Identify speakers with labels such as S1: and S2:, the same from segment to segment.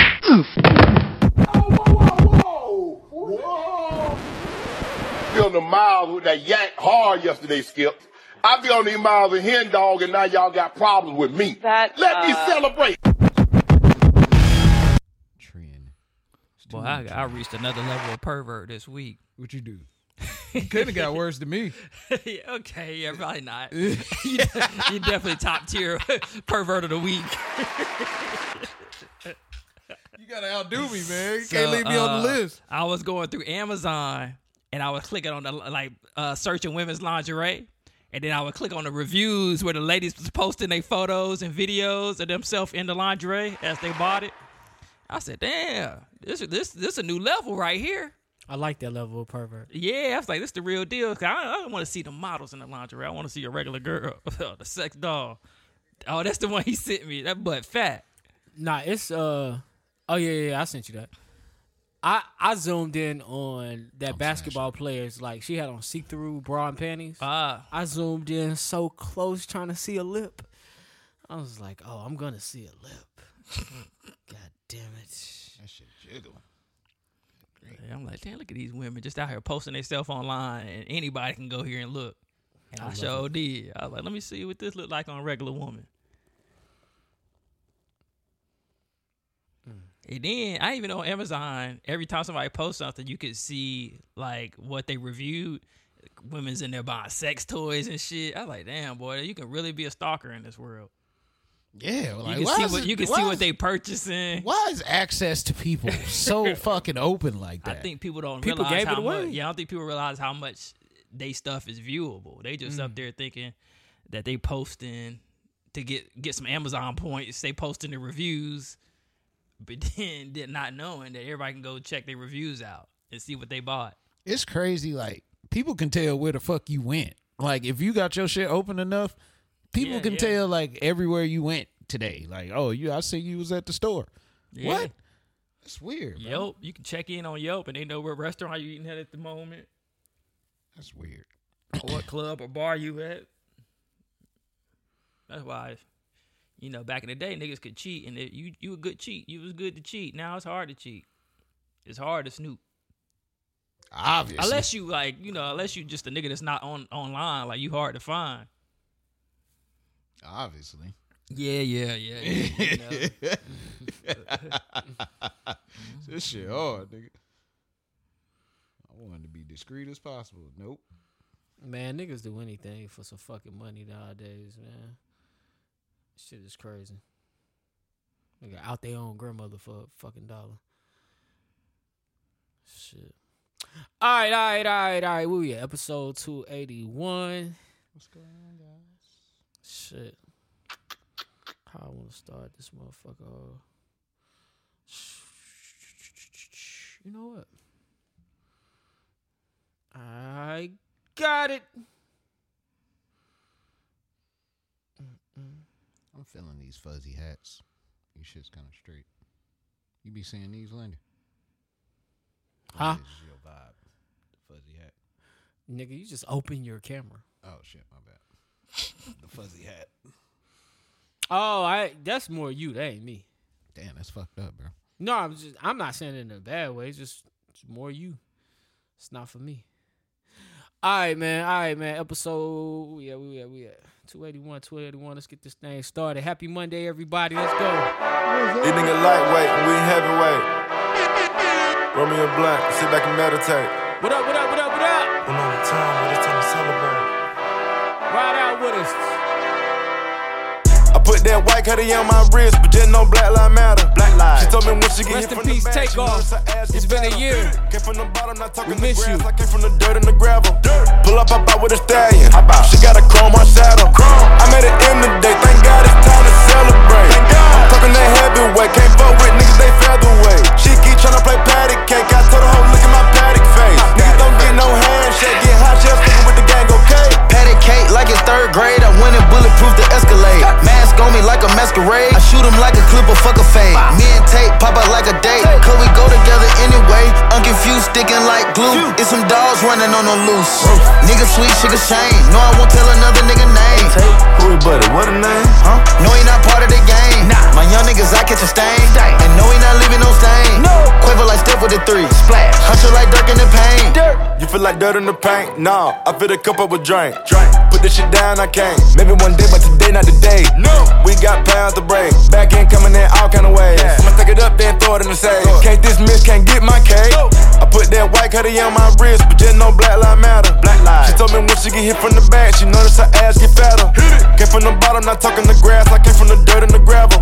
S1: truth.
S2: Whoa, whoa, whoa. Feeling the miles with that yank hard yesterday, Skip. I be on these miles of hen dog, and now y'all got problems with me.
S3: That,
S2: Let me
S3: uh,
S2: celebrate.
S4: Trend. It's too
S1: Boy, I,
S4: much.
S1: I reached another level of pervert this week.
S4: What you do? You could have got worse than me.
S1: okay, yeah, probably not. you, you definitely top tier pervert of the week.
S4: You gotta outdo me, man. You
S1: So,
S4: can't leave me on the
S1: uh,
S4: list.
S1: I was going through Amazon and I was clicking on the like uh, searching women's lingerie. And then I would click on the reviews where the ladies was posting their photos and videos of themselves in the lingerie as they bought it. I said, damn, this this this a new level right here.
S5: I like that level of pervert.
S1: Yeah, I was like, this the real deal. 'Cause I, I don't want to see the models in the lingerie. I want to see a regular girl, the sex doll. Oh, that's the one he sent me. That butt fat.
S5: Nah, it's uh oh yeah, yeah, yeah, I sent you that. I I zoomed in on that basketball players like she had on see through bra and panties.
S1: Ah,
S5: I zoomed in so close trying to see a lip. I was like, oh, I'm gonna see a lip. God damn it.
S4: That shit jiggle.
S1: Yeah, I'm like, damn, look at these women just out here posting themselves online, and anybody can go here and look. And I, sure did. I was like, let me see what this look like on a regular woman. Mm. And then I even on Amazon, every time somebody posts something, you could see like what they reviewed. Women's in there buying sex toys and shit. I was like, damn boy, you can really be a stalker in this world.
S6: Yeah,
S1: You
S6: like,
S1: can
S6: why
S1: see
S6: is
S1: what
S6: it-
S1: you can
S6: why
S1: see what
S6: is-
S1: they purchasing.
S6: Why is access to people so fucking open like
S1: I
S6: that?
S1: think people don't
S5: People
S1: realize
S5: gave it
S1: how much.
S5: away.
S1: Yeah, I don't think people realize how much they stuff is viewable. They just
S5: Mm.
S1: up there thinking that they posting to get get some Amazon points. They posting the reviews, but then did not knowing that everybody can go check their reviews out and see what they bought.
S6: it's crazy. Like people can tell where the fuck you went. Like if you got your shit open enough, people
S1: Yeah,
S6: can
S1: yeah.
S6: tell like everywhere you went today. Like oh, you, I see you was at the store.
S1: Yeah.
S6: What? That's weird. Bro.
S1: Yelp, you can check in on Yelp and they know what restaurant you eating at at the moment,
S6: That's weird.
S1: or what club or bar you at. That's why, you know, back in the day, niggas could cheat, and it, you you a good cheat. You was good to cheat. Now it's hard to cheat. It's hard to snoop.
S6: Obviously.
S1: Unless you like, you know, unless you just a nigga that's not on online, like you hard to find.
S6: Obviously.
S1: Yeah, yeah, yeah. yeah you know.
S6: This shit hard, nigga. I wanted to be discreet as possible. Nope.
S5: Man, niggas do anything for some fucking money nowadays, man. Shit is crazy. Nigga out their own grandmother for a fucking dollar. Shit. All right, all right, all right, all right. Where we at? Episode 281.
S6: What's going on, guys?
S5: Shit. How I want to start this motherfucker. off. You know what? I got it.
S6: I'm feeling these fuzzy hats. These shit's kind of straight. You be seeing these, Linda? Oh,
S5: Huh?
S6: This is your vibe. The fuzzy hat.
S5: Nigga, you just open your camera.
S6: Oh shit, my bad. the fuzzy hat.
S5: Oh, I that's more you, that ain't me.
S6: Damn, that's fucked up, bro.
S5: No, I'm just I'm not saying it in a bad way. It's just it's more you. It's not for me. All right, man. All right, man. Episode yeah, we at we at 281, 281. Let's get this thing started. Happy Monday, everybody. Let's go.
S7: This nigga lightweight, we heavyweight. Roll me a blunt, sit back and meditate.
S5: What up? What up? What up? What up?
S7: One on the time, but it's time to celebrate.
S5: Ride out with us.
S7: I put that white cutter on my wrist, but just no black lives matter. Black lives. She told me when she get
S5: Rest
S7: hit
S5: in
S7: from the
S5: peace,
S7: back, she
S5: Takeoff.
S7: knows her ass
S5: It's
S7: is
S5: been a
S7: better.
S5: year.
S7: Came from the bottom, not talking
S5: miss
S7: the grass.
S5: you.
S7: I came from the dirt and the gravel. Pull up, I bought with a stallion. She got a chrome on saddle. I made it in the day. Thank God it's time to celebrate. I'm talking that heavyweight. Can't fuck with niggas, they featherweight. She keep tryna play patty cake. I told her, hoe, look at my paddock face. Niggas don't get no handshake. Get hot shell sticking with the gang, okay?
S8: Patty cake like it's third grade. I'm winning bulletproof the escalade. Mask on me like a masquerade. I shoot him like a clip of fuck a fade. Me and Tate pop out like a date. Could we go together anyway? Unconfused, sticking like glue. It's some dogs running on the loose. Nigga sweet, sugar shame. No, I won't tell another nigga name.
S7: Who your buddy? What a name?
S8: Huh? No, he not part of the game. My young niggas, I catch a stain. And no, he not leaving no stain.
S7: dirt in the paint. Nah, I fill the cup up with drink. Drink. Put this shit down, I can't. Maybe one day, but today not today. No. We got pounds to break. Back end coming in all kind of ways. I'ma take it up, then throw it in the safe. Can't dismiss, can't get my cake. I put that white cutie on my wrist, but just no black line matter. Black line. She told me when she get hit from the back, she notice her ass get fatter. Came from the bottom, not talking the grass. I came from the dirt and the gravel.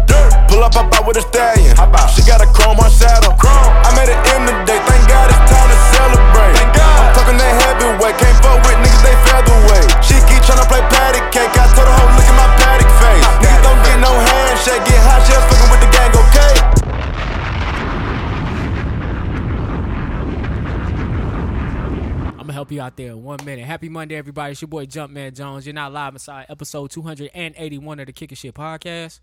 S7: Pull up, hop out with a stallion. Hop out. She got a chrome on saddle. Chrome. I'm at the end of the day. Thank God it's time to celebrate. Thank God. I'm talking that heavyweight. Can't fuck with niggas, they featherweight. She keep tryna play patty cake. I told her, hoe, look at my patty face. Niggas don't get no handshake. Get hot shells fucking with the gang, okay?
S5: I'm gonna help you out there in one minute. Happy Monday, everybody. It's your boy Jumpman Jones. You're not live inside episode 281 of the Kicking Shit Podcast.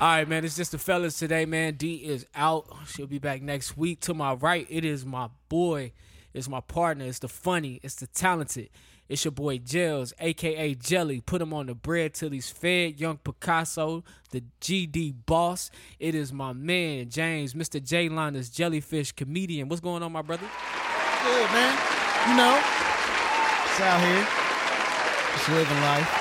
S5: All right, man. It's just the fellas today, man. D is out. She'll be back next week. To my right, it is my boy. It's my partner. It's the funny. It's the talented. It's your boy Gels, aka Jelly. Put him on the bread till he's fed. Young Picasso, the GD boss. It is my man James, Mr. J Linus, Jellyfish comedian. What's going on, my brother?
S6: Good, man. You know, it's out here. Just living life.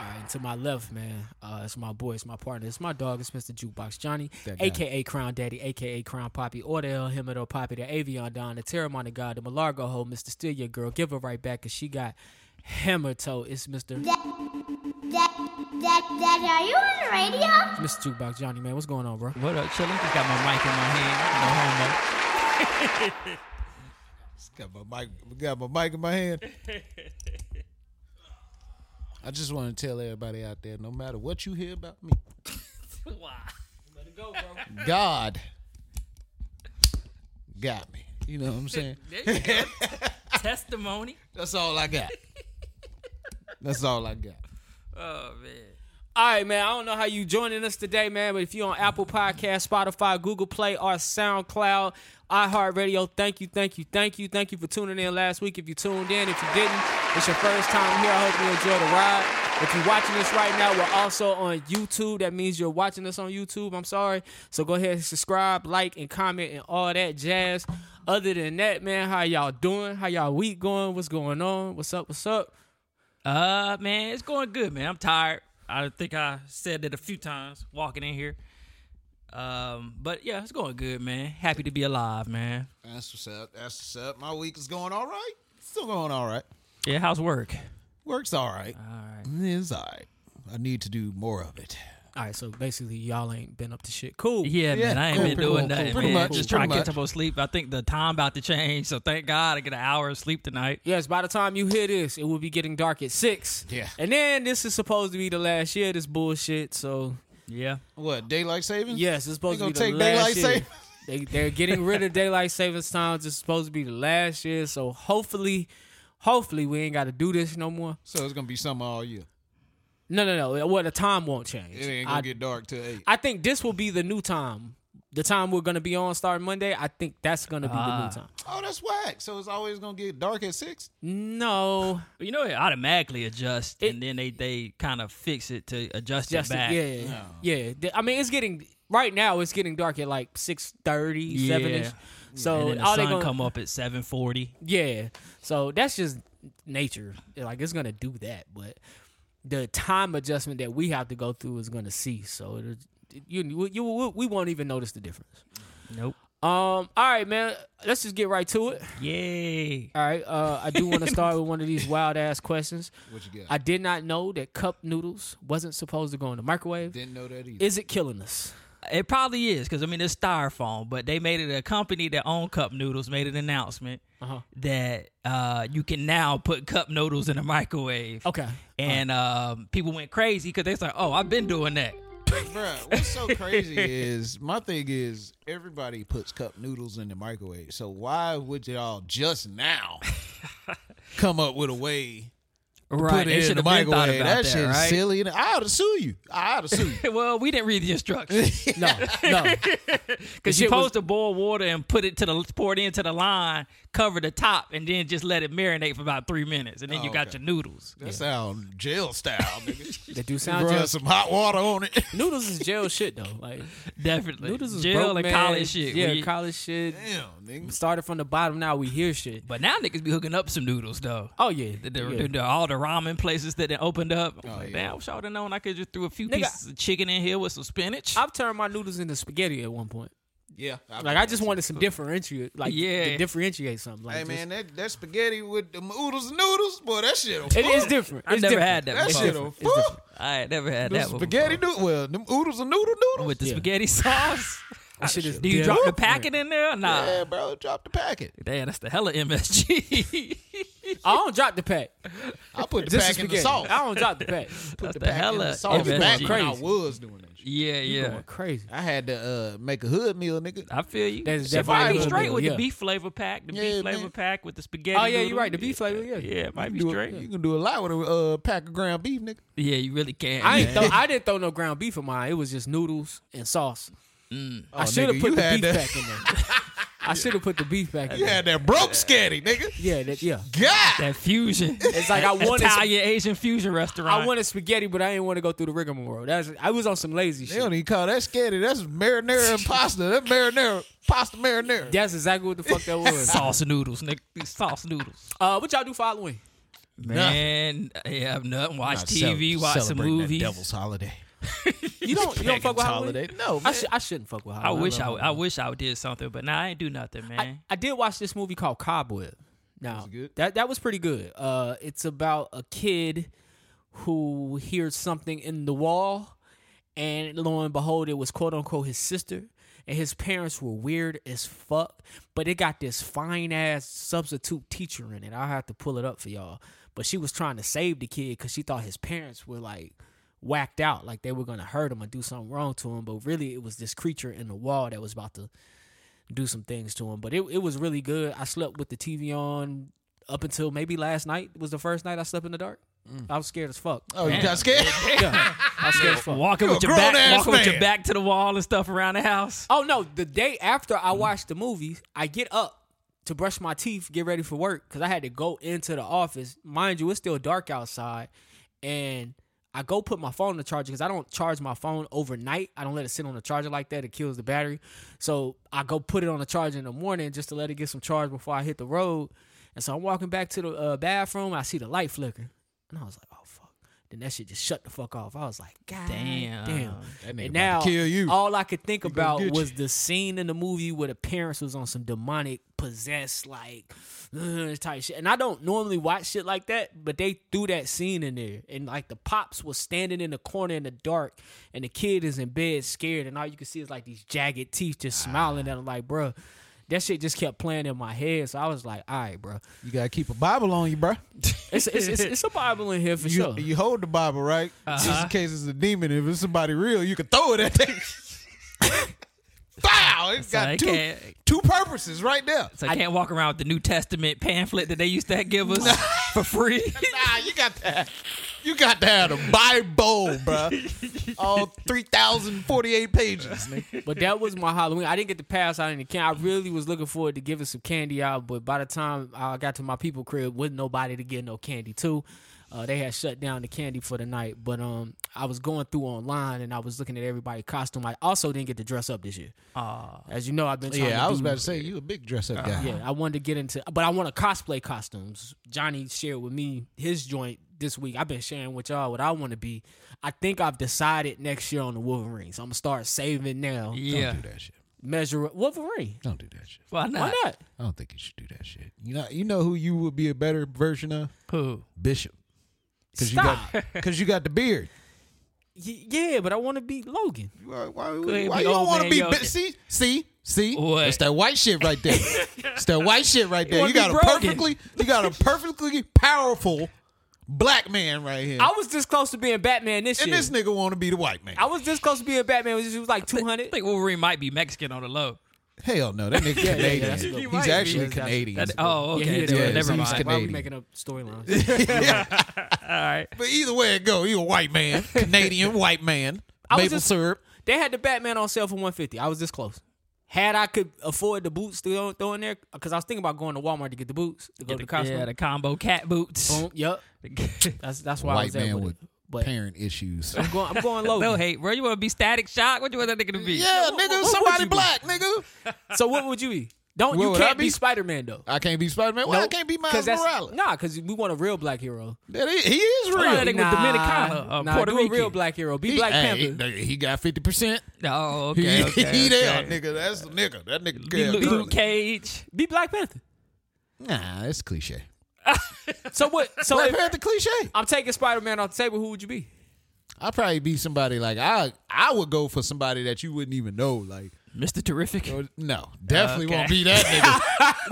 S5: All right, to my left, man, uh, it's my boy, it's my partner, it's my dog, it's Mr. Jukebox Johnny,
S6: That guy.
S5: aka Crown Daddy, aka Crown Poppy, or the El Himido Poppy, the Avion Don, the Terramana God, the Malargo Ho, Mr. Steal Your Girl, give her right back, cause she got hammer toe. It's Mr.
S3: Dad, Dad, Dad, are you on the radio?
S5: Mr. Jukebox Johnny, man, what's going on, bro?
S1: What up, chillin'? Just got my mic in my hand. No homo.
S6: Got my mic. Got my mic in my hand. I just want to tell everybody out there, no matter what you hear about me, God got me. You know what I'm saying?
S1: Testimony.
S6: That's all I got. That's all I got.
S1: Oh man.
S5: All right, man. I don't know how you joining us today, man, but if you're on Apple Podcast, Spotify, Google Play, or SoundCloud, iHeartRadio, thank you, thank you, thank you, thank you for tuning in last week. If you tuned in, if you didn't, it's your first time here. I hope you enjoy the ride. If you're watching this right now, we're also on YouTube. That means you're watching us on YouTube. I'm sorry. So go ahead and subscribe, like, and comment, and all that jazz. Other than that, man, how y'all doing? How y'all week going? What's going on? What's up? What's up?
S1: Uh man, it's going good, man. I'm tired. I think I said that a few times walking in here. Um, but yeah, it's going good, man. Happy to be alive, man.
S6: That's what's up. That's what's up. My week is going all right. Still going all right.
S1: Yeah, how's work?
S6: Works all right. All right. It's all right. I need to do more of it.
S5: All right, so basically, y'all ain't been up to shit. Cool.
S1: Yeah,
S6: Yeah,
S1: man, I ain't
S6: cool,
S1: been
S6: pretty-
S1: doing
S6: cool,
S1: nothing,
S6: pretty
S1: man.
S6: much,
S1: Just trying to
S6: pretty
S1: catch up on sleep. I think the time about to change, so thank God I get an hour of sleep tonight.
S5: Yes, by the time you hear this, it will be getting dark at six.
S6: Yeah.
S5: And then this is supposed to be the last year of this bullshit. So
S1: Yeah.
S6: What daylight savings?
S5: yes, it's supposed to
S6: They
S5: be
S6: gonna
S5: the
S6: take
S5: last
S6: daylight
S5: year.
S6: saving-
S5: They they're getting rid of daylight savings times. It's supposed to be the last year. So hopefully, hopefully we ain't got to do this no more.
S6: So it's gonna be summer all year.
S5: No, no, no. Well, the time won't change.
S6: It ain't gonna
S5: I,
S6: get dark till eight.
S5: I think this will be the new time. The time we're gonna be on starting Monday. I think that's gonna be the new time.
S6: oh, that's whack. So it's always gonna get dark at six.
S5: No,
S1: But you know, it automatically adjusts,
S5: It-
S1: and then they they kind of fix it to adjust
S5: Just
S1: it back.
S5: yeah, yeah. Th- I mean, it's getting right now. It's getting dark at like six thirty,
S1: Yeah.
S5: seven ish.
S1: And
S5: So
S1: then the
S5: all they
S1: sun
S5: gonna
S1: come up at seven forty.
S5: yeah. So that's just nature. Like it's gonna do that, but the time adjustment that we have to go through is gonna cease. So it, it- you, you we won't even notice the difference.
S1: Nope.
S5: Um. All right, man. Let's just get right to it.
S1: Yay.
S5: All right. Uh, I do want to start with one of these wild ass questions.
S6: What you got?
S5: I did not know that cup noodles wasn't supposed to go in the microwave.
S6: Didn't know that either.
S5: Is it killing us?
S1: It probably is because I mean it's styrofoam, but they made it a company that owned cup noodles made an announcement
S5: Uh-huh.
S1: that uh, you can now put cup noodles in the microwave.
S5: Okay.
S1: And um, people went crazy because they was like, "Oh, I've been doing that."
S6: Bruh, what's so crazy is my thing is everybody puts cup noodles in the microwave. So why would y'all just now come up with a way
S1: Right,
S6: put
S1: they
S6: it in
S1: should
S6: the
S1: have been thought
S6: microwave.
S1: about
S6: That,
S1: that,
S6: shit is
S1: right?
S6: silly. And I ought to sue you. I ought to sue you.
S1: well, we didn't read the instructions
S5: No, no.
S1: because you're
S5: shit was-
S1: supposed to boil water and put it to the pour it into the line, cover the top, and then just let it marinate for about three minutes, and then
S5: Oh,
S1: you got your noodles.
S6: That sound jail style, nigga.
S5: They do sound
S6: Run
S5: jail.
S6: some hot water on it.
S5: Noodles is jail shit though. Like
S1: Definitely,
S5: noodles is
S1: jail
S5: broke
S1: and
S5: man-
S1: college shit.
S5: Yeah,
S1: we-
S5: college shit.
S6: Damn, nigga.
S5: Started from the bottom. Now we hear shit.
S1: but now niggas be hooking up some noodles though.
S5: Oh yeah,
S1: The, the,
S5: yeah. Oh,
S1: the- the- all the ramen places that they opened up. I'm like, damn, I wish I would have known I could just threw a few
S5: Nigga,
S1: pieces of chicken in here with some spinach.
S5: I've turned my noodles into spaghetti at one point.
S6: Yeah.
S5: Like I just wanted some differentiate, like
S1: Yeah.
S5: to differentiate something. Like
S6: Hey
S5: just-
S6: man, that, that spaghetti with the oodles and noodles, boy, that shit.
S5: it is different.
S1: I've
S5: It's
S1: never
S5: different.
S1: had that.
S6: That
S1: before.
S6: shit a fool.
S1: I ain't never had
S6: Them
S1: that one
S6: Spaghetti
S1: before.
S6: noodle. Well, them oodles and noodle noodles.
S1: with the
S5: Yeah.
S1: spaghetti sauce.
S5: That shit is
S1: Do you drop the packet in there? Nah.
S6: yeah, bro, drop the packet.
S1: Damn, that's the hella MSG.
S5: I don't drop the pack.
S6: I put the
S5: Just
S6: pack
S5: the
S6: in the
S5: spaghetti.
S6: sauce.
S5: I don't drop the pack.
S1: that's the,
S6: Pack in
S1: hella
S6: the sauce.
S5: It's
S6: Back
S1: MSG.
S5: crazy.
S6: when I was doing that shit.
S1: Yeah,
S5: Yeah.
S1: yeah.
S5: Going crazy.
S6: I had the uh, make a hood meal, nigga.
S1: I feel you.
S5: That's
S1: Shit
S5: definitely
S1: might be
S5: a good
S1: straight
S5: deal,
S1: with
S5: yeah.
S1: the beef flavor pack, the
S6: Yeah,
S1: beef flavor
S6: man.
S1: pack with the spaghetti.
S5: Oh yeah, you're
S1: noodle.
S5: right. The beef flavor. Yeah.
S1: Yeah, it might be
S6: Do a-
S1: straight.
S6: You can do a lot with a uh, pack of ground beef, nigga.
S1: Yeah, you really can.
S5: I ain't
S1: man.
S5: throw, I didn't throw no ground beef in mine. It was just noodles and sauce.
S1: Mm.
S5: I
S6: Oh,
S5: should
S6: nigga,
S5: have
S6: you
S5: put the
S6: had
S5: beef
S6: that-
S5: back in there. I should have put the beef back in
S6: You
S5: there.
S6: had that broke scatty, nigga.
S5: Yeah, that, yeah.
S6: God,
S1: that fusion.
S5: It's like I wanted
S1: Italian Asian fusion restaurant.
S5: I wanted spaghetti, but I didn't want to go through the rigmarole. That's I was on some lazy
S6: they don't
S5: shit.
S6: even call that scatty. That's marinara and pasta. That marinara, pasta marinara.
S5: That's exactly what the fuck that was.
S1: sauce noodles, nigga. These sauce noodles.
S5: Uh, what y'all do for Halloween?
S1: Man, yeah, I'm nothing. Watch
S6: Not
S1: TV,
S6: cele-
S1: watch some
S6: celebrating that
S1: movies.
S6: Devil's holiday.
S5: You don't you don't fuck
S6: Pagan's
S5: with Halloween?
S6: holiday. No,
S5: I,
S6: man.
S5: sh- I shouldn't fuck with
S1: I
S5: Halloween.
S1: wish I,
S5: love
S1: I wish I did something, but nah, I ain't do nothing,
S5: Halloween.
S1: man.
S5: I, I did watch this movie called Cobweb. Now that that was pretty good. Uh, it's about a kid who hears something in the wall, and lo and behold, it was quote unquote his sister. And his parents were weird as fuck, but it got this fine ass substitute teacher in it. I'll have to pull it up for y'all. But she was trying to save the kid because she thought his parents were like whacked out, like they were gonna hurt him or do something wrong to him. But really, it was this creature in the wall that was about to do some things to him. But it, it was really good. I slept with the TV on up until maybe last night was the first night I slept in the dark. I was scared as fuck.
S6: Oh, you got scared?
S5: Yeah, I was scared as fuck.
S1: walking with
S6: a
S1: your back,
S6: grown-ass
S1: walking with your
S6: man.
S1: back to the wall and stuff around the house.
S5: Oh no! The day after I watched the movie, I get up to brush my teeth, get ready for work, because I had to go into the office. Mind you, it's still dark outside, and I go put my phone to charge because I don't charge my phone overnight. I don't let it sit on the charger like that; it kills the battery. So I go put it on the charger in the morning just to let it get some charge before I hit the road. And so I'm walking back to the uh, bathroom. I see the light flicker, and I was like, "Oh fuck!" Then that shit just shut the fuck off. I was like, "God
S1: Damn.
S5: damn!"
S6: That nigga
S5: And now
S6: about to kill you.
S5: all I could think about
S6: get
S5: was the scene in the movie where the parents was on some demonic possessed like ugh, type shit. And I don't normally watch shit like that, but they threw that scene in there. And like the pops was standing in the corner in the dark and the kid is in bed scared and all you can see is like these jagged teeth just smiling at him like, bruh. That shit just kept playing in my head, so I was like, "All right, bro,
S6: You gotta keep a Bible on you, bro.
S5: it's it's, it's, it's a Bible in here for
S6: You,
S5: sure." Uh-huh.
S6: you hold the Bible right, just in case it's a demon. If it's somebody real, you can throw it at them. Wow, it's
S1: I
S6: got
S5: eh,
S6: two,
S1: can't-
S6: two purposes right there.
S1: So I can't walk around with the New Testament pamphlet that they used to give us for free.
S6: Nah, you got that. You got to have a Bible, bro. All three thousand forty-eight pages. Nigga.
S5: But that was my Halloween. I didn't get to pass out any candy. I really was looking forward to giving some candy out, but by the time I got to my people crib, wasn't nobody to get no candy to. Uh, they had shut down the candy for the night. But um, I was going through online and I was looking at everybody's costume. I also didn't get to dress up this year. As you know, I've been trying to
S6: Yeah, I was
S5: do- Uh-huh.
S6: about to say you a big dress-up guy.
S5: yeah, I wanted to get into, but I want to cosplay costumes. Johnny shared with me his joint this week. I've been sharing with y'all what I want to be. I think I've decided next year on the Wolverine, so I'm gonna start saving now.
S1: yeah.
S6: Don't do that shit.
S5: Measure Wolverine.
S6: Don't do that shit.
S1: Why not?
S5: Why not?
S6: I don't think you should do that shit. You know, you know who you would be a better version of
S1: Who?
S6: Bishop, because you
S5: Stop.
S6: got because you got the beard.
S5: Y- yeah, but I want to be Logan.
S6: Why, why,
S1: ahead,
S6: why
S1: big
S6: you don't
S1: old
S6: want to
S1: man
S6: be
S1: Yoda.
S6: bi- see see see?
S1: What?
S6: It's that white shit right there. it's that white shit right there.
S1: wanna
S6: You got
S1: be
S6: a
S1: broken.
S6: perfectly you got a perfectly powerful black man right here,
S5: I was this close to being Batman this
S6: and
S5: year.
S6: this nigga want to be the white man.
S5: I was this close to being Batman. It was, it was like two
S1: I
S5: hundred.
S1: think Wolverine might be Mexican on the low.
S6: Hell no, that nigga
S5: yeah,
S6: Canadian.
S5: yeah, that's a good
S6: He's
S5: point.
S1: He might
S6: actually
S5: be.
S6: Canadian.
S1: That- oh,
S5: Yeah,
S1: okay.
S5: he is.
S1: dude,
S6: Yeah,
S1: never
S6: he's
S1: mind.
S5: Why are we
S6: Canadian.
S5: making up storylines?
S1: All right.
S6: But either way it go, you a white man, Canadian white man,
S5: I was
S6: maple
S5: just-
S6: syrup.
S5: they had the Batman on sale for 150. I was this close. Had I could afford the boots to go- throw in there, because I was thinking about going to Walmart to get the boots to go
S1: Get
S5: to
S1: the,
S5: Costco.
S1: yeah, the combo cat boots.
S5: Boom. Yep. That's that's why I
S6: White
S5: was there
S6: man
S5: with,
S6: with
S5: it. But
S6: parent issues.
S5: I'm going, I'm going low.
S1: No hate, bro. You want to be static shock? What you want that nigga to be?
S6: yeah, nigga, somebody
S5: you be?
S6: black, nigga.
S5: So what would you be? Don't
S6: What
S5: you
S6: would I
S5: can't be,
S6: be?
S5: Spider Man though.
S6: I can't be Spider Man. Well, I
S5: Nope.
S6: can't be Miles
S5: 'Cause that's-
S6: Morales.
S5: Nah, because we want a real black hero.
S6: That is, he is real.
S1: Nah, that nigga was Dominicana, uh,
S5: nah,
S1: Puerto
S5: do a real
S1: Rican.
S5: black hero. Be
S6: He-
S5: Black
S6: hey,
S5: Panther.
S6: nigga, he got fifty percent.
S1: Oh,
S6: He,
S1: okay. okay,
S6: he there,
S1: okay.
S6: nigga. That's the nigga. That nigga.
S1: Be
S6: yeah,
S1: Luke,
S6: girl.
S1: Luke Cage.
S5: Be Black Panther.
S6: Nah, that's cliche.
S5: So what? So
S6: Black
S5: if
S6: Panther cliche.
S5: I'm taking Spider Man off the table, who would you be?
S6: I'd probably be somebody like I. I would go for somebody that you wouldn't even know. Like,
S1: Mr. Terrific.
S5: Oh,
S6: no, definitely
S1: Okay.
S6: won't be that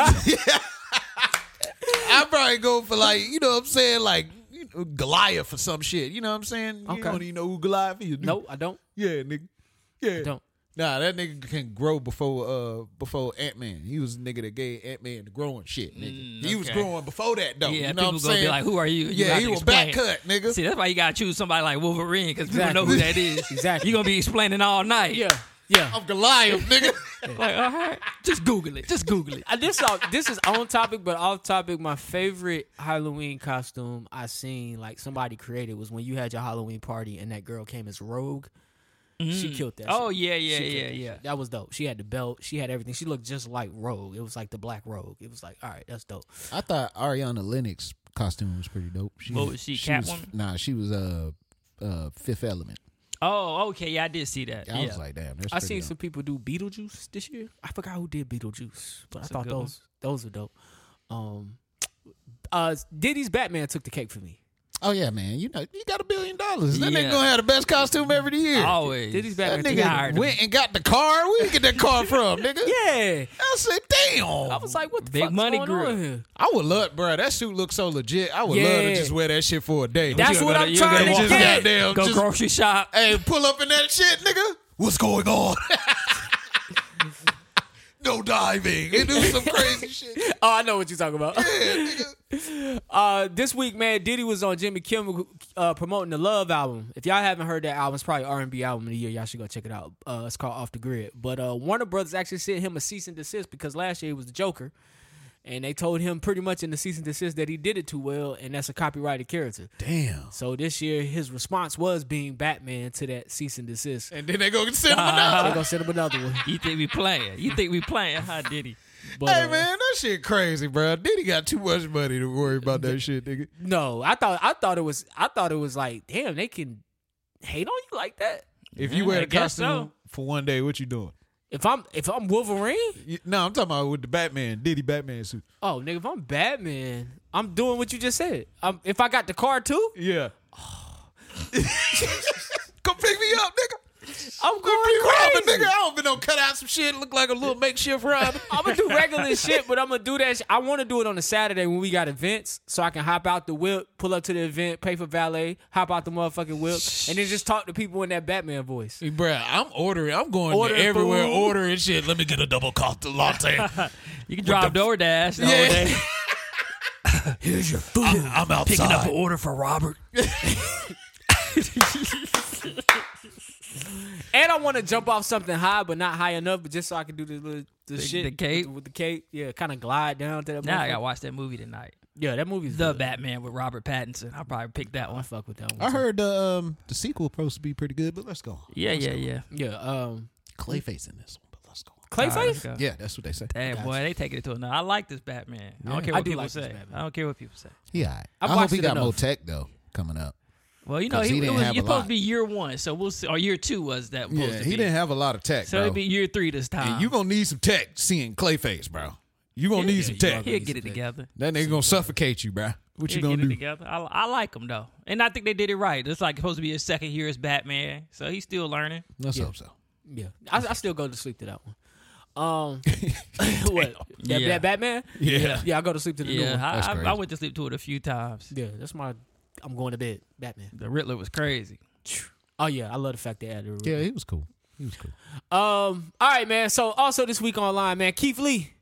S6: nigga. I'd probably go for like you know what I'm saying like you know, Goliath or some shit. You know what I'm saying? You
S5: Okay.
S6: don't even know who Goliath is. do you?
S5: No, I don't.
S6: Yeah, nigga. Yeah.
S5: Don't.
S6: Nah, that nigga can grow before uh before Ant Man. He was the nigga that gave Ant Man the growing shit, nigga. he was
S1: Mm, okay.
S6: growing before that though.
S1: Yeah,
S6: you know
S1: people
S6: what I'm
S1: gonna
S6: saying?
S1: be like, "Who are you?" You
S6: yeah,
S1: have
S6: he
S1: to
S6: was
S1: explain.
S6: back cut, nigga.
S1: See, that's why you gotta choose somebody like Wolverine because people know
S5: Exactly.
S1: who that is.
S5: Exactly.
S1: You gonna be explaining all night.
S5: Yeah, yeah.
S6: I'm Goliath, nigga.
S1: Like, all right, just Google it. Just Google it.
S5: Uh, This uh, this is on topic, but off topic. My favorite Halloween costume I seen like somebody created was when you had your Halloween party and that girl came as Rogue. She killed that.
S1: Oh
S5: shit.
S1: yeah, yeah,
S5: She killed
S1: yeah,
S5: that
S1: yeah.
S5: shit. That was dope. She had the belt. She had everything. She looked just like Rogue. It was like the black Rogue. It was like, all right, that's dope.
S6: I thought Ariana Lennox costume was pretty dope. She,
S1: What was she,
S6: was,
S1: Catwoman?
S6: Nah, she was uh uh Fifth Element.
S1: Oh, okay. Yeah, I did see that.
S6: I
S1: yeah.
S6: was like, damn, that's
S5: I
S6: pretty
S5: seen
S6: dope.
S5: some people do Beetlejuice this year. I forgot who did Beetlejuice, but I
S1: a
S5: thought
S1: good one.
S5: those those were dope. Um, uh, Diddy's Batman took the cake for me.
S6: Oh yeah, man. You know, you got a billion dollars. That
S1: Yeah. Oh,
S6: nigga gonna have the best costume every year.
S1: always.
S5: Diddy's
S6: that
S5: Batman took the cake.
S1: hired
S6: nigga
S1: him.
S6: went and got the car. Where you get that car from, nigga?
S5: Yeah,
S6: I said, damn.
S5: I was like, what the
S1: Big
S5: fuck's
S1: money
S5: going
S1: grip.
S5: on here?
S6: I would love, bro. That suit looks so legit. I would love
S5: Yeah.
S6: to just wear that shit for a day.
S5: That's
S1: You
S5: what
S1: gotta-
S5: I'm
S1: you gotta
S5: trying to
S1: walk
S6: just
S5: get.
S6: goddamn.
S1: Go
S6: just,
S1: grocery shop.
S6: hey, pull up in that shit, nigga. What's going on? no diving. They do some crazy shit.
S5: Oh, I know what you're talking about. uh, this week, man, Diddy was on Jimmy Kimmel uh, promoting the Love album. If y'all haven't heard that album, it's probably R&B album of the year. Y'all should go check it out. Uh, it's called Off the Grid. But uh, Warner Brothers actually sent him a cease and desist because last year he was the Joker, and they told him pretty much in the cease and desist that he did it too well, and that's a copyrighted character.
S6: Damn.
S5: So this year, his response was being Batman to that cease and desist.
S6: And then they go send him another.
S5: They're gonna send him another one.
S1: You think we playing? You think we playing? How did he?
S5: But,
S6: Hey
S5: uh,
S6: man, that shit crazy, bro. Diddy got too much money to worry about that shit, nigga.
S5: No, I thought I thought it was I thought it was like, damn, they can hate on you like that.
S6: If you
S5: Mm,
S1: Yeah,
S6: wear
S1: I
S6: the
S1: guess
S6: costume
S1: so.
S6: for one day, what you doing?
S5: If I'm if I'm Wolverine,
S6: You- no, I'm talking about with the Batman, Diddy Batman suit.
S5: oh nigga, if I'm Batman, I'm doing what you just said. Um, if I got the car too,
S6: Yeah. Come pick me up, nigga.
S5: I'm
S6: Free
S5: going
S6: Robin,
S5: crazy.
S6: nigga. I don't been no cut out some shit. Look like a little makeshift Robin.
S5: I'm gonna do regular shit, but I'm gonna do that. Sh- I want to do it on a Saturday when we got events, so I can hop out the whip, pull up to the event, pay for valet, hop out the motherfucking whip, and then just talk to people in that Batman voice.
S6: Bruh, I'm ordering. I'm going to
S5: Ordering
S6: everywhere
S5: food.
S6: ordering shit. Let me get a double cocktail latte.
S1: You can drive DoorDash the
S6: Yeah.
S1: whole day.
S6: Here's your food. I, am outside.
S1: Picking up an order for Robert.
S5: And I want to jump off something high, but not high enough, but just so I can do the little the, shit
S1: the cape?
S5: with the, with the cape. Yeah, kind of glide down to that.
S1: Now I
S5: motherfucker.
S1: gotta watch that movie tonight.
S5: Yeah, that movie's
S1: The
S5: good.
S1: Batman with Robert Pattinson. I'll probably pick that
S5: I
S1: one.
S5: fuck with that one.
S6: I
S1: Uh-huh.
S5: too.
S6: heard um, the sequel supposed to be pretty good, but let's go.
S1: Yeah, yeah, yeah.
S5: Yeah. Um.
S6: Clayface in this one, but let's go.
S1: All right, let's
S5: Clayface.
S1: go.
S6: Yeah, that's what they say.
S1: Hey boy, they taking it to another. I like this Batman. I don't care
S5: I
S1: what
S5: do
S1: people
S5: like this
S1: say.
S5: Batman.
S1: I don't care what people say.
S6: Yeah, all right.
S5: I've
S6: I hope
S5: watched
S6: he
S5: it
S6: got more
S5: enough.
S6: tech though coming up.
S1: Well, you know,
S6: 'Cause
S1: he,
S6: he
S1: it
S6: didn't
S1: was
S6: have
S1: you're
S6: a
S1: supposed to
S6: lot.
S1: be year one, so we'll see. Or year two was that supposed
S6: yeah,
S1: to
S6: he
S1: be?
S6: didn't have a lot of tech.
S1: so
S6: bro.
S1: it'd be year three this time.
S6: and you gonna need some tech seeing Clayface, bro. You gonna need some tech.
S1: He'll get it together.
S6: That nigga gonna suffocate you, bro. What you
S1: He'll
S6: gonna
S1: get it
S6: do?
S1: together. I, I like him though, and I think they did it right. It's like supposed to be his second year as Batman, so he's still learning.
S6: Let's hope so.
S5: Yeah. I, I still go to sleep to that one. Um. what? That,
S1: Yeah.
S5: that Batman.
S6: Yeah.
S5: Yeah, I go to sleep to the new
S1: Yeah,
S5: one.
S1: I,
S6: crazy.
S1: I, I went to sleep to it a few times.
S5: Yeah, that's my. I'm going to bed. Batman.
S1: The Riddler was crazy.
S5: Oh yeah, I love the fact they added. a-
S6: Yeah, he was cool.
S5: Um, all right, man. So also this week online, man, Keith Lee.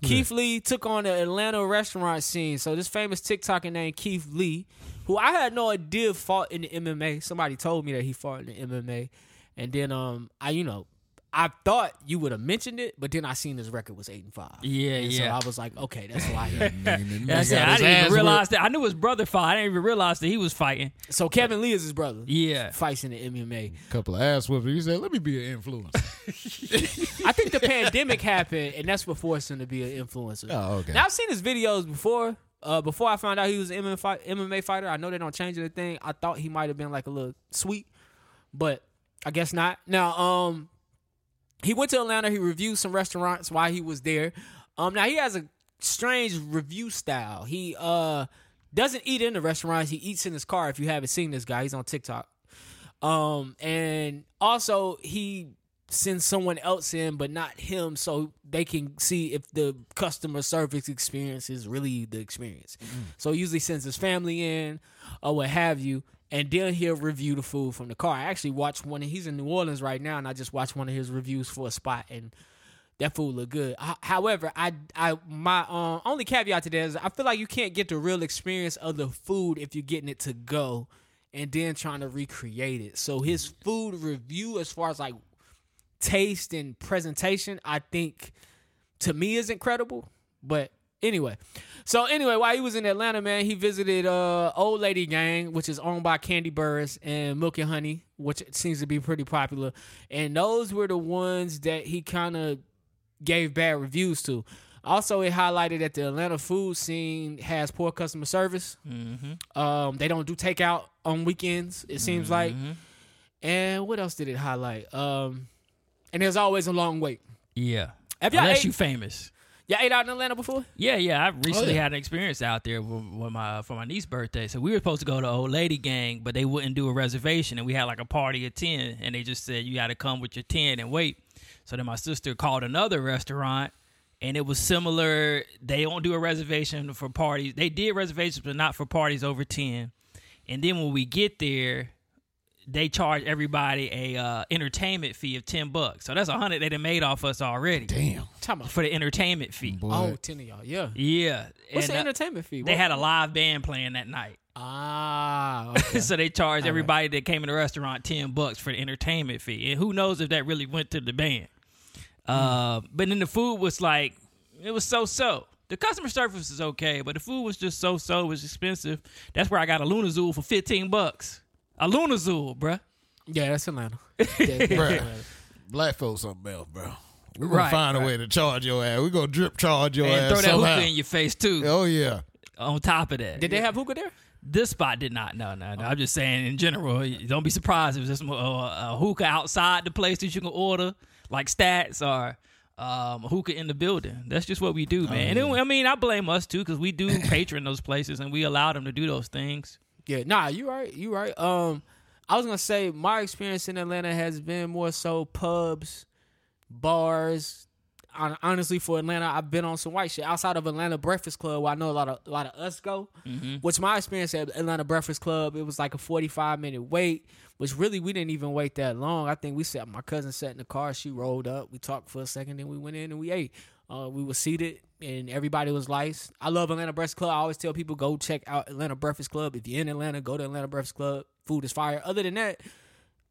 S5: Keith Lee took on the Atlanta restaurant scene. So this famous TikToker named Keith Lee, who I had no idea fought in the MMA. Somebody told me that he fought in the MMA. And then um I, you know, I thought you would have mentioned it, but then I seen his record was eight and five.
S1: Yeah,
S5: And
S1: yeah.
S5: So I was like, okay, that's why. he-
S1: That's it. I didn't even realize that. I knew his brother fought. I didn't even realize that he was fighting.
S5: So Kevin Lee is his brother.
S1: Yeah.
S5: Fights in the MMA.
S6: couple of ass whoopers. He said, "Let me be an influencer."
S5: I think the pandemic happened, and that's what forced him to be an influencer.
S6: Oh, okay.
S5: Now I've seen his videos before. Uh, before I found out he was an MMA fight- MMA fighter, I know they don't change anything. I thought he might have been like a little sweet, but I guess not. Now, um, he went to Atlanta. He reviewed some restaurants while he was there. Um, now he has a strange review style. He uh doesn't eat in the restaurants. He eats in his car. If you haven't seen this guy, he's on TikTok. Um, and also he sends someone else in, but not him, so they can see if the customer service experience is really the experience. So he usually sends his family in or what have you, and then he'll review the food from the car. I actually watched one. He's in New Orleans right now, and I just watched one of his reviews for a spot and. That food looked good. H- However, I, I, my um, only caveat to that is I feel like you can't get the real experience of the food if you're getting it to go, and then trying to recreate it. So his food review, as far as like taste and presentation, I think to me is incredible. But anyway, so anyway, while he was in Atlanta, man, he visited uh Old Lady Gang, which is owned by Candy Burris and Milk and Honey, which seems to be pretty popular. And those were the ones that he kind of gave bad reviews to. Also, it highlighted that the Atlanta food scene has poor customer service.
S1: Mm-hmm.
S5: Um, they don't do takeout on weekends. It seems like.
S1: Mm-hmm.
S5: And what else did it highlight? Um, and there's always a long wait.
S1: Yeah.
S5: Have y'all
S1: Unless
S5: ate-
S1: you famous.
S5: Y'all ate out in Atlanta before?
S1: Yeah, yeah. I recently
S6: Oh, yeah.
S1: had an experience out there with, with my uh, for my niece's birthday. So we were supposed to go to Old Lady Gang, but they wouldn't do a reservation, and we had like a party of ten, and they just said you got to come with your ten and wait. So then my sister called another restaurant, and it was similar. They don't do a reservation for parties. They did reservations, but not for parties over ten. And then when we get there, they charge everybody a uh, entertainment fee of ten bucks. So that's a hundred they done made off us already
S6: Damn.
S5: Talking about
S1: for the entertainment fee.
S5: oh, 10 of y'all. Yeah.
S1: Yeah.
S5: What's
S1: And,
S5: the
S1: uh,
S5: entertainment fee?
S1: They
S5: What-
S1: had a live band playing that night.
S5: ah. okay.
S1: so they charged everybody that came in the restaurant 10 bucks for the entertainment fee. And who knows if that really went to the band.
S5: Mm.
S1: Uh, but then the food was like, it was so so. The customer service is okay, but the food was just so so. It was expensive. That's where I got a Luna Zool for 15 bucks. A Luna Zool, bruh.
S5: yeah, that's Atlanta. Yeah, that's Atlanta.
S6: Black folks something else, bro. We're gonna
S1: Right,
S6: find a way to charge your ass. We're gonna drip charge your
S1: And
S6: ass.
S1: throw that
S6: somehow.
S1: hookah in your face too.
S6: Oh yeah.
S1: On top of that,
S5: Did they have hookah there?
S1: This spot did not. No, no, no. I'm just saying in general. Don't be surprised if there's some, uh, a hookah outside the place that you can order, like stats or um, hookah in the building. That's just what we do,
S5: Oh,
S1: man. And then, I mean, I blame us too because we do patron those places and we allow them to do those things.
S5: Yeah, nah, you right, you right. Um, I was gonna say my experience in Atlanta has been more so pubs, bars. Hon- Honestly, for Atlanta, I've been on some white shit outside of Atlanta Breakfast Club, where I know a lot of a lot of us go. Which my experience at Atlanta Breakfast Club, it was like a forty five minute wait, which really we didn't even wait that long. I think we sat. My cousin sat in the car. She rolled up. We talked for a second, then we went in and we ate. Uh, we were seated and everybody was nice. I love Atlanta Breakfast Club. I always tell people go check out Atlanta Breakfast Club. If you're in Atlanta, go to Atlanta Breakfast Club. Food is fire. Other than that,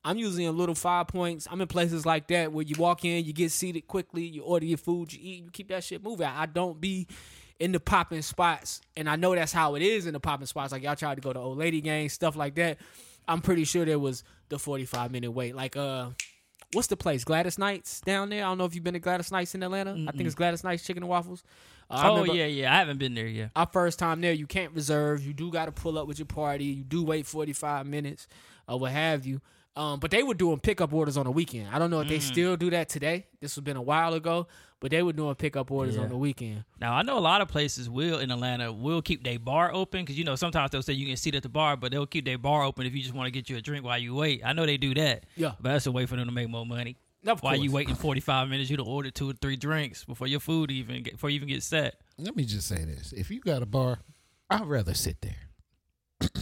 S5: I'm usually in little five points. I'm in places like that where you walk in, you get seated quickly, you order your food, you eat, you keep that shit moving. I I don't be in the popping spots, and I know that's how it is in the popping spots. Like y'all tried to go to old lady gang stuff like that. I'm pretty sure there was the 45 minute wait. Like uh, what's the place? Gladys Knights down there. I don't know if you've been to Gladys Knights in Atlanta. I think it's Gladys Knights Chicken and Waffles. Uh, I
S1: oh
S5: remember-
S1: yeah, yeah. I haven't been there yet.
S5: our first time there, you can't reserve. You do got to pull up with your party. You do wait 45 minutes or what have you. Um, but they were doing pickup orders on the weekend. I don't know if they still do that today. This has been a while ago, but they were doing pickup orders on the weekend.
S1: Now I know a lot of places will in Atlanta will keep their bar open because you know sometimes they'll say you can sit at the bar, but they'll keep their bar open if you just want to get you a drink while you wait. I know they do that.
S5: Yeah.
S1: but that's a way for them to make more money.
S5: Of
S1: while you
S5: course.
S1: waiting forty five minutes, you to order two or three drinks before your food even get, before you even get set.
S6: Let me just say this: if you got a bar, I'd rather sit there.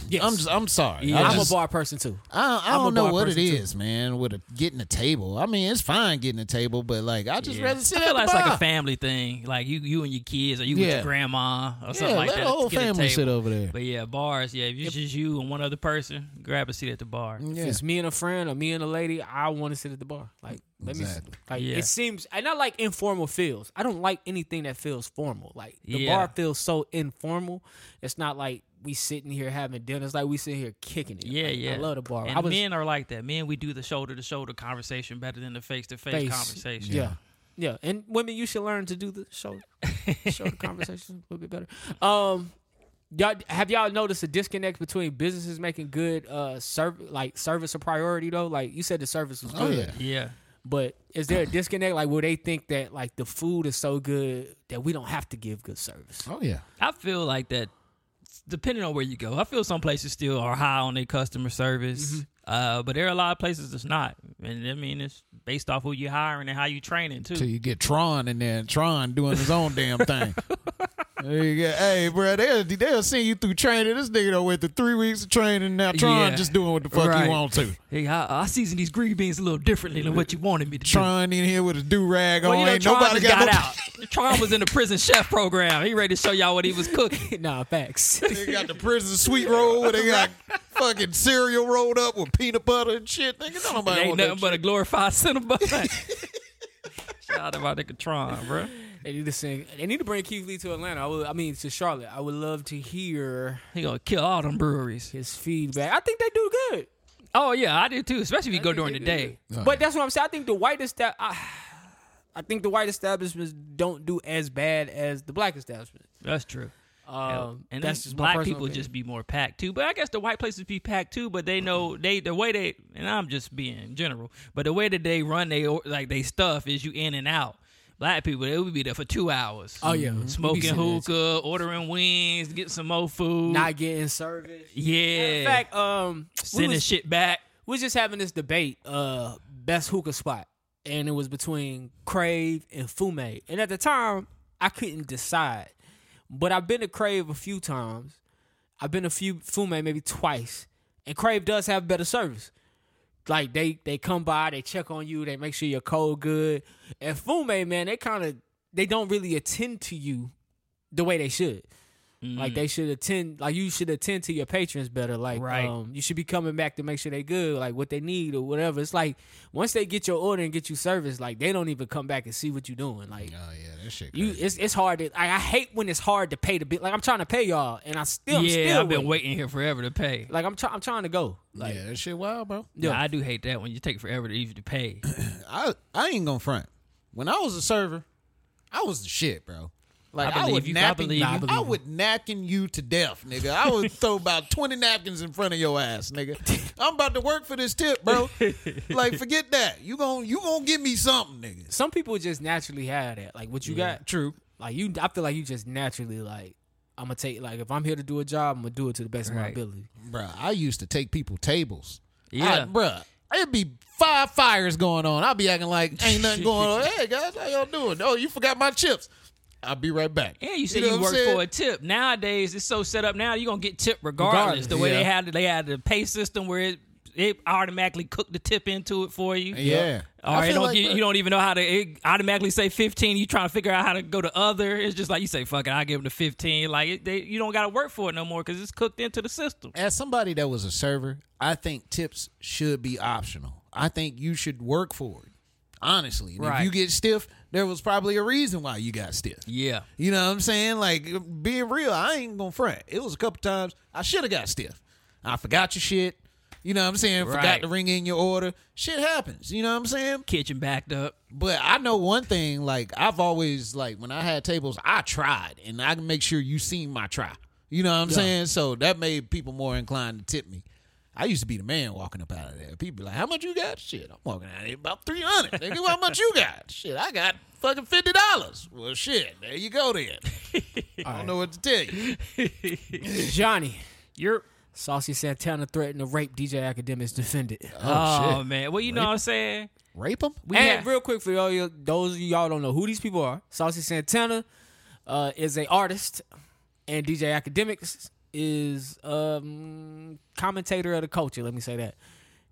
S5: Yes.
S6: I'm just, I'm sorry.
S5: I'm
S6: I, just,
S5: a bar person too.
S6: I, I
S5: I'm a
S6: don't know
S5: bar
S6: what it
S5: person, too.
S6: is, man. With a, getting a table, I mean, it's fine getting a table, but like, I just
S1: Yeah.
S6: rather sit
S1: I feel
S6: at the
S1: like it's like
S6: bar.
S1: a family thing. Like you, you and your kids, or you with
S6: Yeah.
S1: your grandma, or
S6: yeah,
S1: something like
S6: let
S1: that.
S6: the whole
S1: Get a
S6: family sit
S1: table.
S6: over there.
S1: But yeah, bars. Yeah, if it's just you and one other person, grab a seat at the bar.
S6: Yeah.
S5: If it's me and a friend or me and a lady, I want to sit at the bar. Like, let me.
S6: Exactly.
S5: s- Like,
S1: Yeah.
S5: It seems, and I like informal feels. I don't like anything that feels formal. Like the
S1: Yeah.
S5: bar feels so informal. It's not like we sitting here having dinner. It's like we sitting here kicking it.
S1: Yeah,
S5: Like,
S1: yeah.
S5: I love the bar.
S1: And
S5: I was
S1: men are like that. Men, we do the shoulder to shoulder conversation better than the face to face
S5: face.
S1: conversation.
S5: Yeah. Yeah, and women, you should learn to do the show, show the conversation a little bit better. Um, y'all, have y'all noticed a disconnect between businesses making good uh serv- like service a priority though? Like you said, the service was good.
S6: Oh yeah,
S1: Yeah.
S5: But is there a disconnect? Like, will they think that like the food is so good that we don't have to give good service?
S6: oh yeah.
S1: I feel like that. Depending on where you go, I feel some places still are high on their customer service, uh, but there are a lot of places that's not. And I mean, it's based off who you hiring and how you training too.
S6: Till you get Tron in there, and Tron doing his own damn thing. There you go. Hey, bro, they'll, they'll send you through training. This nigga done went through three weeks of training. Now Tron
S1: Yeah.
S6: just doing what the fuck
S1: Right.
S6: he want to.
S1: Hey, I, I season these green beans a little differently than what you wanted me to try.
S6: Tron in here with his do rag
S1: Well,
S6: on.
S1: you know,
S6: Ain't
S1: Tron
S6: nobody
S1: just got,
S6: no-
S1: out. Tron was in the prison chef program. He ready to show y'all what he was cooking.
S5: nah, facts.
S6: They got the prison sweet roll where they got fucking cereal rolled up with peanut butter and shit. Nigga, don't
S1: It
S6: nobody
S1: ain't
S6: want
S1: nothing
S6: that
S1: but a glorified cinnamon. Shout out to my nigga Tron, bro.
S5: they need to sing. They need to bring Keith Lee to Atlanta. I, would, I mean, to Charlotte. I would love to hear
S1: He gonna kill all them breweries.
S5: his feedback. I think they do good.
S1: Oh yeah, I do too. Especially if you go during the day.
S5: But that's what I'm saying. I think the white esta- I, I think the white establishments don't do as bad as the black establishments.
S1: That's true.
S5: Um,
S1: Oh, and
S5: that's
S1: then
S5: just my
S1: black
S5: personal
S1: people
S5: opinion.
S1: just be more packed too. But I guess the white places be packed too. But they know they the way they and I'm just being general. But the way that they run they or- like they stuff is you in and out. Black people they would be there for two hours. Mm-hmm.
S5: Oh, yeah. Mhm. We
S1: smoking
S5: seen that.
S1: hookah, ordering wings, getting some more food.
S5: not getting service.
S1: yeah,
S5: In fact, um, we
S1: sending
S5: was,
S1: shit back.
S5: we was just having this debate, uh, best hookah spot, and it was between Crave and Fume. And at the time, I couldn't decide. But I've been to Crave a few times. I've been to few Fume maybe twice, and Crave does have better service. Like they they come by, they check on you, they make sure your code good. And Fume, man, they kind of they don't really attend to you the way they should. Like they should attend, like you should attend to your patrons better. Like
S1: Right.
S5: um, you should be coming back to make sure they good, like what they need or whatever. It's like once they get your order and get you service, like they don't even come back and see what you're doing. Like
S6: Oh yeah, that shit.
S5: you, it's it's hard. To, I, I hate when it's hard to pay the bill. Like I'm trying to pay y'all, and I still I'm
S1: yeah,
S5: still
S1: I've been
S5: waiting.
S1: waiting here forever to pay.
S5: Like I'm trying, I'm trying to go. Like
S6: yeah, that shit wild, bro.
S1: Yeah, I do hate that when you take forever to even to pay.
S6: I I ain't gonna front. When I was a server, I was the shit, bro. Like
S1: I
S6: I,
S1: believe
S6: would
S1: you. I
S6: napkin,
S1: believe
S6: I,
S1: you.
S6: would napkin you to death, nigga. I would throw about twenty napkins in front of your ass, nigga. I'm about to work for this tip, bro. like forget that. You gon' you gonna give me something, nigga.
S5: some people just naturally have that. Like what you got,
S6: True.
S5: like you. I feel like you just naturally like. I'm gonna take like if I'm here to do a job, I'm gonna do it to the best of my
S1: Right.
S5: ability.
S6: Bruh, I used to take people tables.
S1: Yeah.
S6: I, bruh, it'd be five fires going on. I'd be acting like ain't nothing going on. Hey guys, how y'all doing? Oh, you forgot my chips. I'll be right back.
S1: Yeah, you said
S6: know
S1: you,
S6: what I'm
S1: work
S6: saying?
S1: for a tip. Nowadays, it's so set up now you're gonna get tipped regardless. the way
S6: yeah.
S1: they had they had the pay system where it it automatically cooked the tip into it for you.
S6: Yeah.
S1: Or
S6: I
S1: it
S6: feel
S1: don't
S6: like-
S1: you, you don't even know how to it automatically say fifteen. You trying to figure out how to go to other. It's just like you say, "Fuck it, I give them the 15. Like it, they, you don't got to work for it no more because it's cooked into the system.
S6: as somebody that was a server, I think tips should be optional. I think you should work for it. Honestly, And
S1: Right.
S6: if you get stiff, there was probably a reason why you got stiff.
S1: Yeah,
S6: You know what I'm saying? Like being real, I ain't gonna front. It was a couple times I should have got stiff. I forgot your shit. You know what I'm saying?
S1: Right.
S6: Forgot to ring in your order. Shit happens. You know what I'm saying?
S1: kitchen backed up.
S6: But I know one thing. Like I've always like when I had tables, I tried, and I can make sure you seen my try. You know what I'm saying? So that made people more inclined to tip me. I used to be the man walking up out of there. People be like, "How much you got?" Shit, I'm walking out of here about three hundred. Nigga, how much you got? Shit, I got fucking fifty dollars. Well, shit, there you go then. I don't know what to tell you.
S5: Johnny,
S1: You're
S5: Saucy Santana threatened to rape DJ Academics defended.
S1: oh, man. Well, you know what I'm saying.
S6: Rape them?
S1: We
S5: and
S1: had-
S5: real quick for y'all, y'all- those of y'all don't know who these people are. Saucy Santana uh, is a artist, and DJ Academics is um commentator of the culture. Let me say that,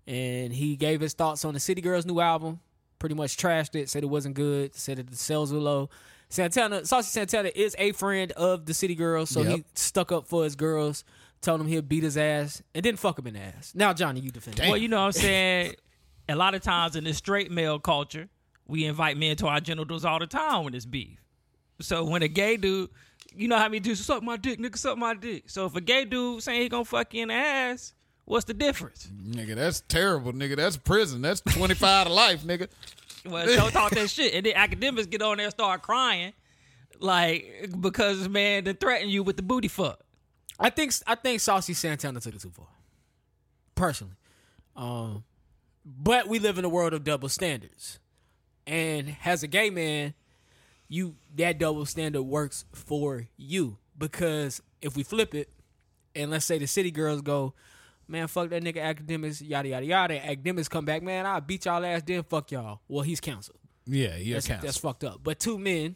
S5: and he gave his thoughts on the City Girls' new album. Pretty much trashed it. Said it wasn't good. Said that the sales were low. Santana, Saucy Santana is a friend of the City Girls, so he
S6: Yep.
S5: stuck up for his girls. Told him he'll beat his ass and didn't fuck him in the ass. Now, Johnny, you defend. him.
S1: Well, you know what I'm saying? a lot of times in this straight male culture, we invite men to our genitals all the time when it's beef. So when a gay dude, you know how many dudes suck my dick, nigga, suck my dick. So if a gay dude saying he gonna fuck you in the ass, what's the difference?
S6: Nigga, that's terrible, nigga. That's prison. That's 25 to life, nigga.
S1: Well, don't talk that shit. And then academics get on there and start crying, like because man, they threaten you with the booty fuck.
S5: I think I think Saucy Santana took it too far, personally. Um, but we live in a world of double standards, and as a gay man, you that double standard works for you because if we flip it, and let's say the city girls go, man, fuck that nigga academics, yada yada yada. and Academics come back, man, I'll beat y'all ass, then fuck y'all. Well, he's canceled.
S6: Yeah, yeah,
S5: That's, that's fucked up. But two men,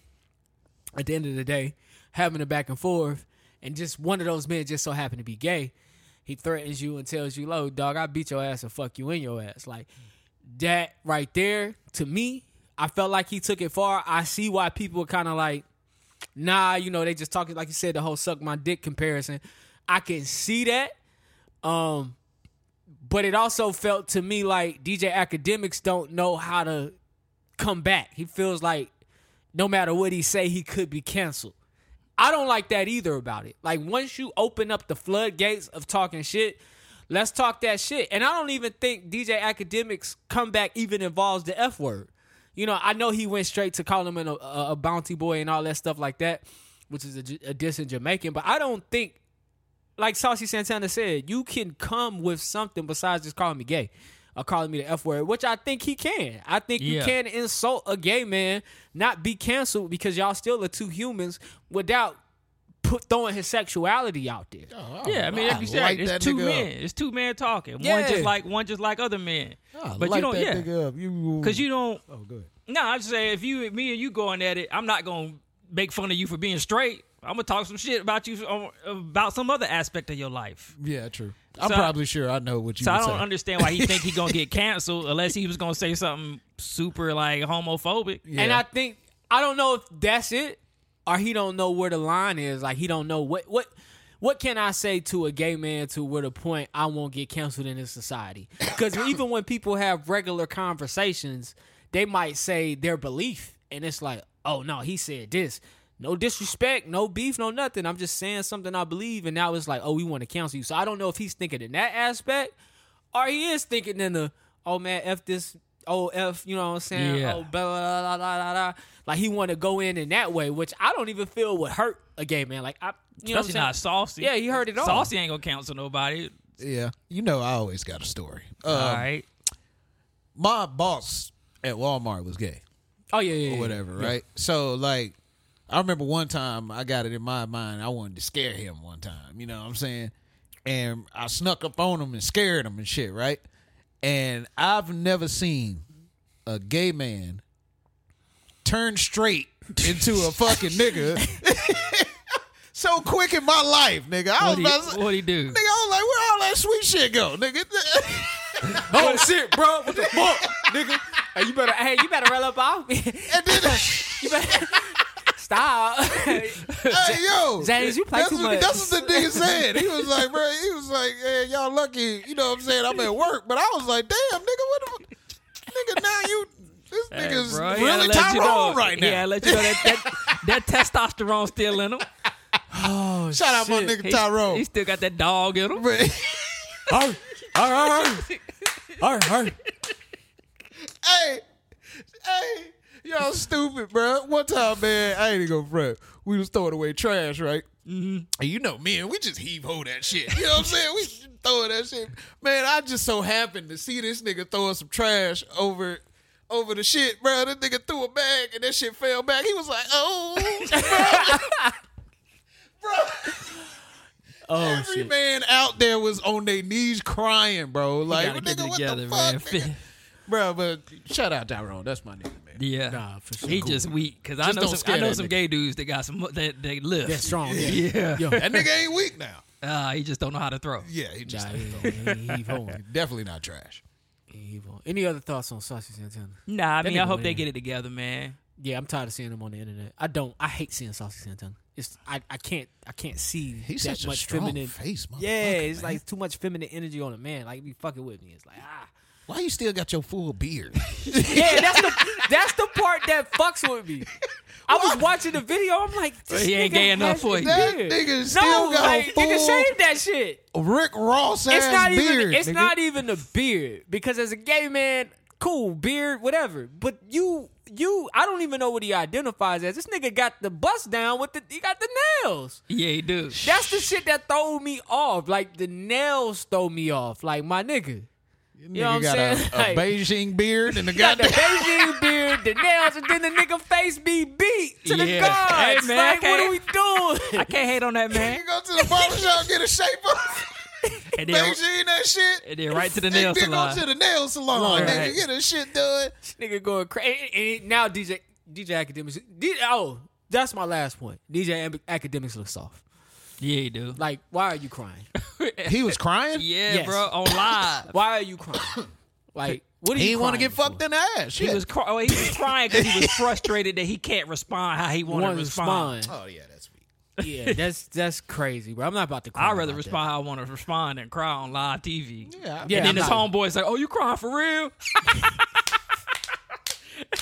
S5: at the end of the day, having a back and forth, and just one of those men just so happened to be gay, he threatens you and tells you, "Low dog, I beat your ass and fuck you in your ass." Like that right there, to me, I felt like he took it far. I see why people are kind of like, "Nah," you know, they just talking like you said the whole "suck my dick" comparison. I can see that. Um, but it also felt to me like DJ academics don't know how to come back. He feels like no matter what he say, he could be canceled. I don't like that either about it. Like once you open up the floodgates of talking shit, let's talk that shit. And I don't even think DJ Academics comeback even involves the F word. You know, I know he went straight to calling him a, a, a bounty boy and all that stuff like that, which is a, J- a diss in Jamaican. But I don't think, like Saucy Santana said, you can come with something besides just calling me gay or calling me the F word, which I think he can. I think you
S1: Yeah.
S5: can can insult a gay man, not be canceled because y'all still are two humans without put throwing his sexuality out there.
S1: Yeah, I mean, like you said,
S6: light Oh, that
S1: it's two
S6: nigga
S1: men. It's two men talking. One
S5: Yeah.
S1: just like one, just like other men. but you don't,
S6: that
S1: yeah,
S6: nigga up. You,
S1: because you don't.
S6: Oh, good.
S1: No, I'm just saying if you, me and you going at it, I'm not gonna make fun of you for being straight. I'm gonna talk some shit about you on- about some other aspect of your life.
S6: Yeah, true. I'm
S1: So I-
S6: probably sure I know what you
S1: So I
S6: would
S1: don't
S6: say.
S1: understand why he think he gonna get canceled unless he was gonna say something super like homophobic.
S5: And
S6: Yeah.
S5: I think I don't know if that's it or he don't know where the line is. Like he don't know what what what can I say to a gay man to where the point I won't get canceled in this society? Because even when people have regular conversations, they might say their belief, and it's like, oh no, he said this. No disrespect, no beef, no nothing. I'm just saying something I believe, and now it's like, oh, we want to cancel you. So I don't know if he's thinking in that aspect, or he is thinking in the, oh man, f this, oh f, you know what I'm saying?
S1: Yeah.
S5: Oh blah, blah, blah, blah, blah, blah. Like he want to go in in that way, which I don't even feel would hurt a gay man. Like I, you know, what I'm
S1: Especially
S5: saying?
S1: not saucy.
S5: Yeah, he heard it all.
S1: Saucy ain't gonna cancel nobody.
S6: yeah, you know I always got a story. Um,
S1: all right.
S6: My boss at Walmart was gay.
S5: Oh yeah, yeah, yeah.
S6: or whatever, right? So like I remember one time I got it in my mind I wanted to scare him one time, you know what I'm saying? And I snuck up on him and scared him and shit, right? And I've never seen a gay man turn straight into a fucking nigga. So quick in my life, nigga. I was
S1: What he,
S6: about to say,
S1: what he do?
S6: nigga, I was like, where all that sweet shit go, nigga?
S5: Oh shit, bro, what the fuck, nigga? Hey, you better, hey, you better roll up off me. Uh,
S6: and then,
S5: You better stop.
S6: hey, yo,
S5: James, you play
S6: that's
S5: too
S6: what,
S5: much.
S6: That's what the nigga said. He was like, bro, he was like, hey, y'all lucky, you know what I'm saying? I'm at work, but I was like, damn, nigga, what the fuck? Nigga, now you, this
S1: Hey,
S6: nigga's
S1: bro, he
S6: really
S1: gotta let
S6: Tyrone
S1: you know.
S6: right now.
S1: Yeah, let you know that that, that testosterone still in him.
S6: Shout out my
S1: He-
S6: nigga Tyrone.
S1: He still got that dog in him.
S6: But-
S5: All right, all right, all right.
S6: hey, hey, y'all stupid, bro. One time, man, I ain't even gonna front. We was throwing away trash, right? Mm-hmm. And you know, man, we just heave ho that shit. You know what I'm saying? We throwing that shit. Man, I just so happened to see this nigga throwing some trash over. Over the shit, bro. That nigga threw a bag and that shit fell back. He was like, "Oh,
S5: Oh
S6: Every
S5: shit.
S6: man out there was on their knees crying, bro. Like,
S1: gotta
S6: nigga,
S1: get it
S6: what
S1: together,
S6: the
S1: man.
S6: fuck, nigga? bro? But shout out Tyrone, that's my nigga, man.
S1: Yeah.
S5: Nah, for sure.
S1: He just weak because I
S6: Just
S1: know
S6: don't
S1: some,
S6: scare
S1: I know
S6: that
S1: some
S6: nigga.
S1: gay dudes that got some that they lift.
S5: That's strong. Yeah.
S1: Yeah.
S5: Yo,
S4: That nigga ain't weak now.
S1: Uh, he just don't know how to throw.
S4: Yeah, he just
S5: nah, he- he- he evil.
S4: definitely not trash.
S5: He evil. Any other thoughts on Saucy Santana?
S1: Nah, I mean, I
S5: nigga
S1: hope they
S5: lame.
S1: get it together, man.
S5: Yeah, I'm tired of seeing him on the internet. I don't. I hate seeing Saucy Santana. It's I, I can't I can't see
S6: He's
S5: that
S6: such a
S5: much
S6: strong
S5: feminine
S6: face, motherfucker.
S5: Yeah, it's like too much feminine energy on a man. Like he be fucking with me. It's like ah.
S6: Why you still got your full beard?
S5: Yeah, that's the that's the part that fucks with me. I was watching the video. I'm like, this
S1: he ain't
S5: nigga
S1: gay enough
S5: has
S1: for you.
S5: a
S6: That
S5: beard.
S6: nigga
S5: No,
S6: still got
S5: like,
S6: a
S5: nigga,
S6: full-
S5: shave that shit.
S6: Rick Ross ass
S5: It's not
S6: beard.
S5: even. It's
S6: nigga.
S5: not even the beard because as a gay man, cool beard, whatever. But you, you, I don't even know what he identifies as. This nigga got the bust down with the. He got the nails.
S1: Yeah, he do.
S5: That's the shit that throw me off. Like the nails throw me off. Like my nigga.
S6: You
S5: know what I'm
S6: got
S5: saying?
S6: A,
S5: Like-
S6: a Beijing beard and a
S5: Got the
S6: goddamn.
S5: Beijing beard, the nails, and then the nigga face be beat to the
S1: Yeah.
S5: gods.
S1: Hey, man, I
S5: like, what are we doing?
S1: I can't hate on that man.
S6: You go to the barbershop, get a shape up,
S1: And then,
S6: Beijing that shit.
S1: and then right to the
S6: Hey,
S1: nail
S6: then
S1: salon.
S6: Go to the nail salon,
S1: Right.
S6: nigga. Get this shit done.
S5: this nigga going crazy. And now DJ, DJ Academics. D oh, that's my last point. DJ Am- Academics looks soft.
S1: Yeah, he do.
S5: Like, why are you crying?
S6: He was crying.
S1: Yeah,
S5: Yes.
S1: bro, on live.
S5: Why are you crying? Like, what do
S6: He
S5: you
S6: didn't want to
S5: crying
S6: get fucked
S5: for?
S6: in the ass.
S1: He
S6: Shit.
S1: was, cry- oh, he was crying because he was frustrated that he can't respond how he want to
S5: Wanna
S1: respond.
S5: respond. Oh.
S4: Oh yeah, that's weak.
S5: Yeah, that's that's crazy, bro. I'm not about to cry.
S1: I'd rather
S5: about
S1: respond how I want to respond than cry on live TV.
S6: Yeah, I-
S5: That. Yeah,
S1: and then
S5: I'm
S1: his
S5: not-
S1: homeboy's like, "Oh, you crying for real?"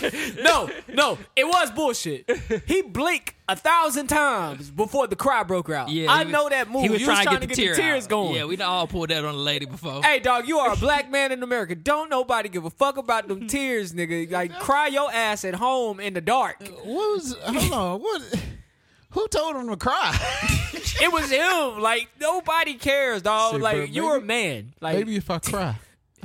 S5: No, no, it was bullshit. He blinked a thousand times before the cry broke out.
S1: Yeah,
S5: I
S1: he was-
S5: know that move.
S1: He was
S5: you
S1: trying,
S5: was trying to get,
S1: tear
S5: the tears
S1: out.
S5: going.
S1: Yeah, we done all pulled that on a lady before.
S5: Hey, dog, you are a black man in America. Don't nobody give a fuck about them tears, nigga. Like, cry your ass at home in the dark.
S6: What was? Hold on. What? Who told him to cry?
S5: It was him. Like, nobody cares, dog.
S6: Say,
S5: like,
S6: bro,
S5: you're a
S6: maybe-
S5: man. Like,
S6: Maybe if I cry,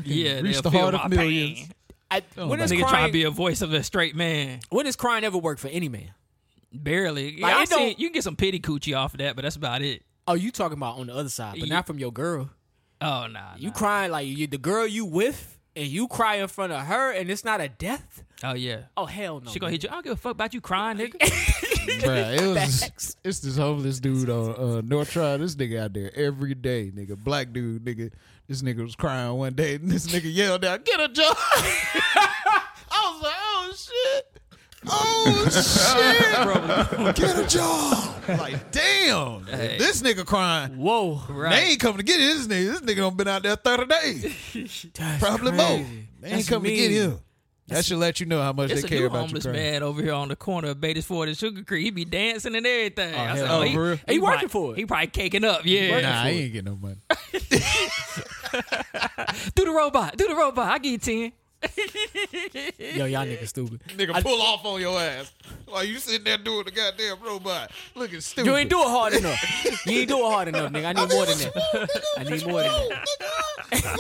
S1: yeah,
S6: reach
S1: they'll
S6: the
S1: feel
S6: heart of
S1: my
S6: millions.
S1: pain.
S5: I, when
S1: This
S5: is
S1: nigga trying to
S5: crying?
S1: be a voice of a straight man.
S5: when does crying ever work for any man?
S1: Barely.
S5: Like,
S1: yeah, I
S5: it don't-
S1: see, you can get some pity coochie off of that, but that's about it.
S5: Oh, you talking about on the other side, but
S1: You-
S5: not from your girl.
S1: Oh, nah.
S5: You
S1: nah.
S5: crying like you the girl you with, and you cry in front of her, and it's not a death.
S1: Oh, yeah.
S5: Oh hell no!
S1: She gonna hit you. I don't give a fuck about you crying, nigga.
S6: Bruh, it was. It's this homeless dude on uh, North Tri. This nigga out there every day, nigga. Black dude, nigga. This nigga was crying one day, and this nigga yelled out, "Get a job!" I was like, "Oh shit." Oh shit! get a job! Like damn,
S1: Hey.
S6: this nigga crying.
S5: Whoa!
S6: They ain't coming to get this nigga. This nigga done been out there thirty days,
S5: That's
S6: probably more. They
S5: crazy.
S6: ain't
S5: That's
S6: coming to get
S5: mean.
S6: him. That should let you know how much
S1: There's
S6: they
S1: a
S6: care
S1: new
S6: about
S1: homeless
S6: you. crying.
S1: man over here on the corner of Betis Ford and Sugar Creek. He be dancing and everything. I
S5: hell
S1: said,
S5: no.
S1: he,
S6: Oh, for real?
S5: He
S1: probably-
S5: working for it.
S1: He probably caking up. Yeah.
S6: Nah, he ain't getting no money.
S1: Do the robot. Do the robot. I get you ten.
S5: Yo, y'all niggas stupid.
S4: Nigga pull off on your ass while you sitting there doing the goddamn robot, looking stupid.
S5: You ain't do it hard enough. You ain't do it hard enough, nigga. I need more than that. I need more than that.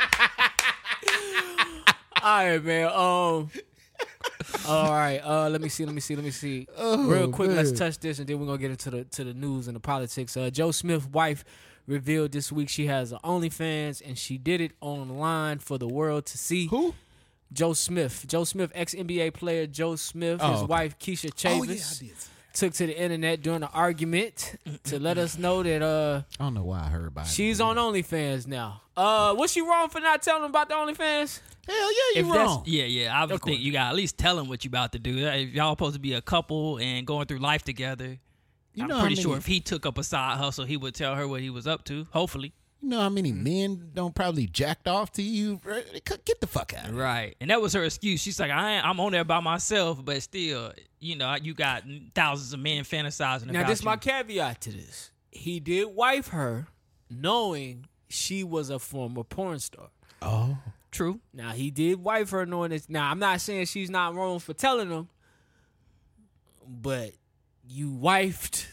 S5: All right, man. Um. All right. Uh. Let me see. Let me see. Let me see.
S6: Oh,
S5: Real quick. Let's touch this, and then we're gonna get into the to the news and the politics. Uh. Joe Smith's wife revealed this week she has a OnlyFans, and she did it online for the world to see.
S6: Who?
S5: Joe Smith. Joe Smith, ex NBA player Joe Smith, his
S6: Oh, okay.
S5: wife Keisha Chavis took to the internet during an argument to let us know that uh
S6: I don't know why I heard about it.
S5: she's on OnlyFans now. Uh, was she wrong for not telling about the OnlyFans?
S6: Hell yeah,
S1: If
S6: you
S1: that's-
S6: wrong.
S1: Yeah, yeah. I would
S5: course.
S1: think you got to at least tell him what you about to do. Uh, If y'all supposed to be a couple and going through life together,
S6: You
S1: I'm
S6: know how
S1: pretty
S6: many-
S1: sure if he took up a side hustle, he would tell her what he was up to. Hopefully,
S6: You know how many men don't probably jacked off to you? bruh? Get the fuck out. of here.
S1: right? And that was her excuse. She's like, I ain't, I'm on there by myself, but still, you know, you got thousands of men fantasizing
S5: Now
S1: about
S5: this
S1: you.
S5: my caveat to this. He did wife her knowing she was a former porn star.
S1: True.
S5: Now he did wife her knowing this. Now I'm not saying she's not wrong for telling him, but you wifed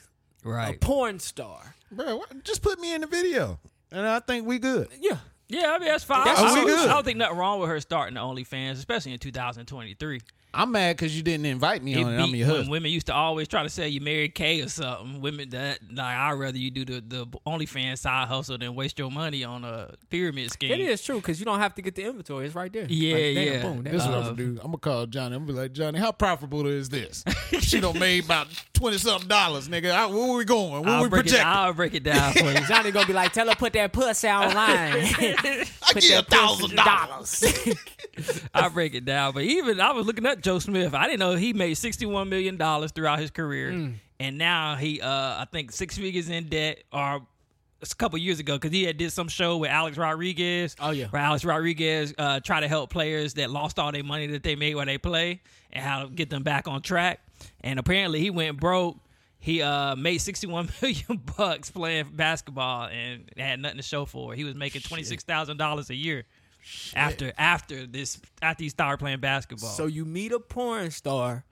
S5: a
S1: Right.
S5: porn star.
S6: Bro, why- just put me in the video. And I think we good.
S5: Yeah.
S1: Yeah, I mean that's fine.
S5: That's
S1: I,
S5: what
S1: don't,
S5: we
S1: I
S6: good.
S1: don't think nothing wrong with her starting the OnlyFans, especially in 2023.
S6: I'm mad because you didn't invite me
S1: It
S6: on it. I'm
S1: beat
S6: your
S1: when
S6: husband.
S1: women used to always try to sell you Mary Kay or something. Women that like I'd rather you do the the OnlyFans side hustle than waste your money on a pyramid scheme.
S5: It is true because you don't have to get the inventory. It's right there.
S1: Yeah,
S5: Like, damn,
S1: yeah. Uh,
S5: Boom, that-
S6: This is what I'm gonna do. I'm gonna call Johnny. I'm gonna be like, Johnny, how profitable is this? she done made about twenty something dollars, nigga. I, where we going? Where
S1: I'll
S6: we
S1: break it.
S6: projecting?
S1: I'll break it down for you.
S5: Johnny gonna be like, tell her put that puss out online.
S4: I give a thousand dollars.
S1: I'll break it down. But even I was looking up Joe Smith. I didn't know he made sixty one million dollars throughout his career,
S5: Mm.
S1: and now he, uh, I think, six figures in debt. Or it's a couple years ago because he had did some show with Alex Rodriguez.
S5: Oh, yeah.
S1: where Alex Rodriguez uh, try to help players that lost all their money that they made while they play and how to get them back on track. And apparently, he went broke. He uh, made sixty one million bucks playing basketball and had nothing to show for it. He was making twenty six thousand dollars a year after after this after he started playing basketball.
S5: So you meet a porn star,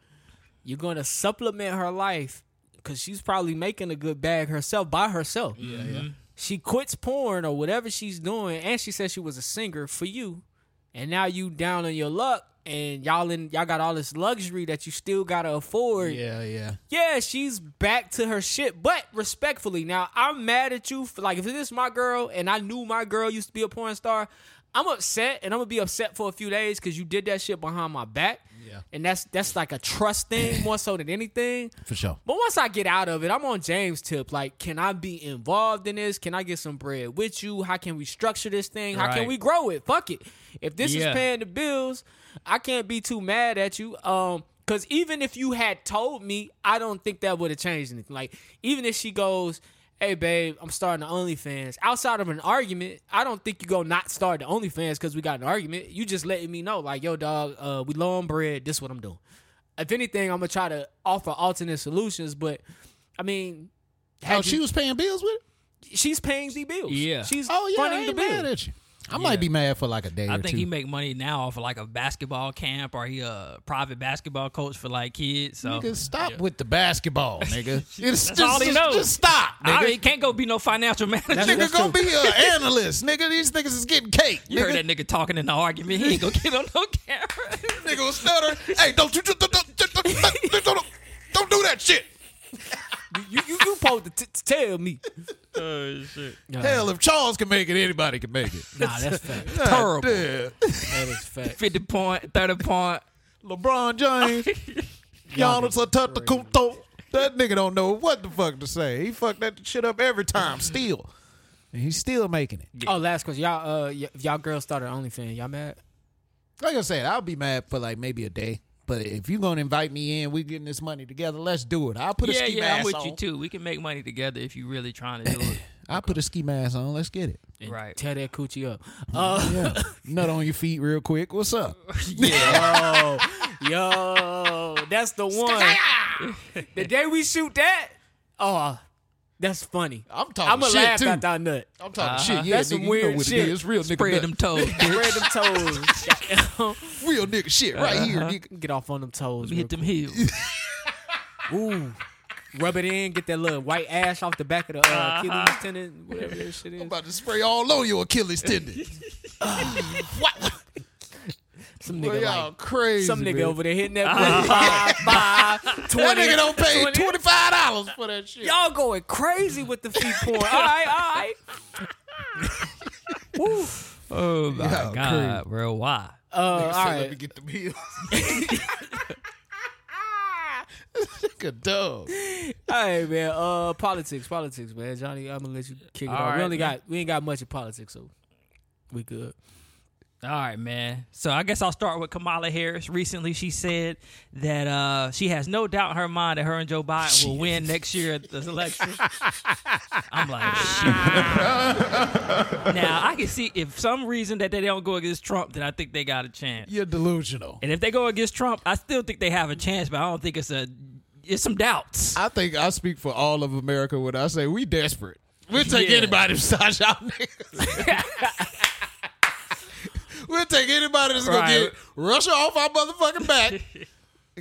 S5: you're gonna supplement her life because she's probably making a good bag herself by herself. Yeah, yeah. She quits porn or whatever she's doing, and she says she was a singer for you, and now you down on your luck, and y'all in y'all got all this luxury that you still gotta afford.
S6: Yeah, yeah.
S5: Yeah, she's back to her shit. But respectfully, now I'm mad at you for like if this is my girl and I knew my girl used to be a porn star, I'm upset and I'm gonna be upset for a few days because you did that shit behind my back. Yeah. And that's that's like a trust thing more so than anything.
S6: For sure.
S5: But once I get out of it, I'm on James' tip. Like, can I be involved in this? Can I get some bread with you? How can we structure this thing? How
S1: Right.
S5: can we grow it? Fuck it. If this
S1: Yeah.
S5: is paying the bills, I can't be too mad at you. Um, cause even if you had told me, I don't think that would have changed anything. Like, even if she goes, Hey babe, I'm starting the OnlyFans. Outside of an argument, I don't think you go not start the OnlyFans because we got an argument. You just letting me know, like, yo, dog, uh, we low on bread. This what I'm doing if anything, I'm gonna try to offer alternate solutions. But I mean,
S6: Oh,
S5: had
S6: she
S5: you-
S6: was paying bills with it.
S5: she's paying the bills.
S1: Yeah.
S5: she's
S6: Oh yeah, I
S5: funding the
S6: ain't
S5: bill.
S6: mad at you. I might be mad for like a day
S1: I
S6: or
S1: think
S6: two.
S1: he make money now off of like a basketball camp or he a private basketball coach for like kids. So
S6: Nigga, stop with the basketball, nigga. It's just,
S1: Oh, all he
S6: just,
S1: knows.
S6: just stop, nigga.
S1: I, he can't go be no financial manager.
S6: nigga, go be an analyst, nigga. These niggas is getting cake.
S1: you heard
S6: nigga.
S1: that nigga talking in the argument. He ain't gonna get on no camera.
S4: Nigga was stuttering. Hey, don't you don't, don't, don't, don't, don't, don't- don't do that shit.
S5: You you you supposed to t- t- tell me?
S6: Hell, if Charles can make it, anybody can make it.
S5: Nah, that's fact.
S1: Terrible.
S6: Yeah.
S5: That is fact.
S1: Fifty point, thirty point.
S6: LeBron James, Giannis Antetokounmpo. That nigga don't know what the fuck to say. He fucked that shit up every time, still, and he's still making it.
S5: Oh, last question, y'all. Uh, y- if y'all girls started OnlyFans, y'all mad?
S6: Like I said, I'll be mad for like maybe a day. But if you gonna invite me in, we getting this money together. Let's do it. I'll put a
S1: Yeah,
S6: ski
S1: yeah, I'm
S6: mask
S1: with
S6: on.
S1: you too. We can make money together if you really trying to do it.
S6: I'll put a ski mask on. Let's get it.
S1: right.
S5: Tear that coochie up. Uh,
S6: Yeah. Nut on your feet real quick. What's up?
S5: yo, yo, that's the one. the day we shoot that, oh, that's funny.
S6: I'm talking
S5: I'ma
S6: shit,
S5: laugh
S6: too.
S5: after I nut.
S6: I'm talking shit. Yeah,
S5: That's some
S6: nigga, you
S5: weird
S6: know what
S5: shit.
S6: it is. Real nigga,
S1: Spread
S6: nut.
S1: them toes.
S5: Spread them toes.
S6: real nigga shit right here, nigga.
S5: Get off on them toes. real
S1: Hit them heels.
S5: Ooh. Rub it in, get that little white ash off the back of the uh, Achilles tendon, whatever that shit is.
S6: About to spray all over your Achilles tendon.
S5: Some
S6: Boy, y'all
S5: nigga like Uh-huh.
S6: crazy.
S5: some nigga
S6: man.
S5: over there hitting that boy five, five,
S6: That
S5: 20.
S6: nigga don't pay twenty five dollars for that shit.
S5: Y'all going crazy with the feet porn. All right, all right.
S1: Oh my
S6: Yeah,
S1: god, bro. Why?
S5: Uh, all
S6: So let me
S5: right.
S6: get the meals. Nigga, dog.
S5: All right, man. Uh, politics, politics, man. Johnny, I'm gonna let you kick it
S1: All
S5: off. we
S1: right,
S5: only
S1: man.
S5: got we ain't got much of politics, so we good.
S1: All right, man. So I guess I'll start with Kamala Harris. Recently, she said that uh, she has no doubt in her mind that her and Joe Biden will win next year at this election. I'm like, shit. now I can see if some reason that they don't go against Trump, then I think they got a chance.
S6: You're delusional.
S1: And if they go against Trump, I still think they have a chance, but I don't think it's a. It's some doubts.
S6: I think I speak for all of America when I say we desperate. We'll take
S1: Yeah.
S6: anybody besides y'all niggas. we'll take anybody that's gonna
S1: Right.
S6: get Russia off our motherfucking back.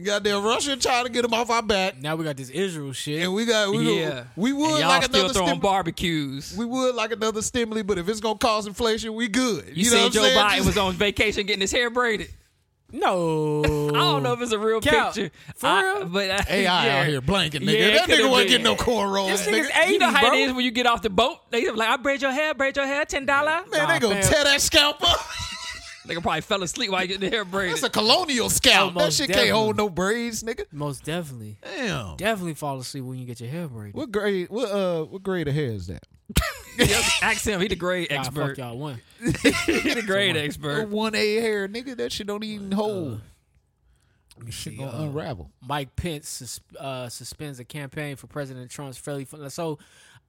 S6: Goddamn Russia and China get them off our back.
S5: Now we got this Israel shit.
S6: And we got we,
S1: yeah,
S6: we
S1: And
S6: would
S1: y'all
S6: like
S1: still
S6: another
S1: throwing
S6: stimulus.
S1: barbecues.
S6: we would like another stimulus, but if it's gonna cause inflation, we good.
S1: you
S6: know
S1: seen
S6: what I'm
S1: Joe
S6: saying?
S1: Biden
S6: Just-
S1: was on vacation getting his hair braided.
S5: No.
S1: I don't know if it's a real
S5: Cal,
S1: picture.
S5: for
S1: I-
S5: real?
S1: But I,
S6: AI
S1: yeah.
S6: out here blanking, nigga.
S1: Yeah, it
S6: that
S1: could've
S6: nigga wasn't
S1: been.
S6: getting no cornrows.
S5: This
S6: nigga.
S5: nigga's 80,
S1: You know how
S5: bro.
S1: it is when you get off the boat. They like, I braid your hair, braid your hair, ten dollar.
S6: Man, they gonna
S5: fam.
S6: tear that scalp up.
S1: Nigga probably fell asleep while you getting the hair braided.
S6: That's a colonial scalp. that
S5: Almost
S6: shit
S5: definitely.
S6: can't hold no braids, nigga.
S5: Most definitely.
S6: Damn.
S5: Definitely fall asleep when you get your hair braided.
S6: What grade? What uh? What grade of hair is that?
S1: Yep, Ask him. He the grade
S5: Nah,
S1: expert.
S5: fuck y'all one.
S1: He the grade expert.
S6: One A hair, nigga. That shit don't even hold. shit gonna unravel.
S5: Mike Pence sus- uh, suspends a campaign for President Trump's fairly fun. So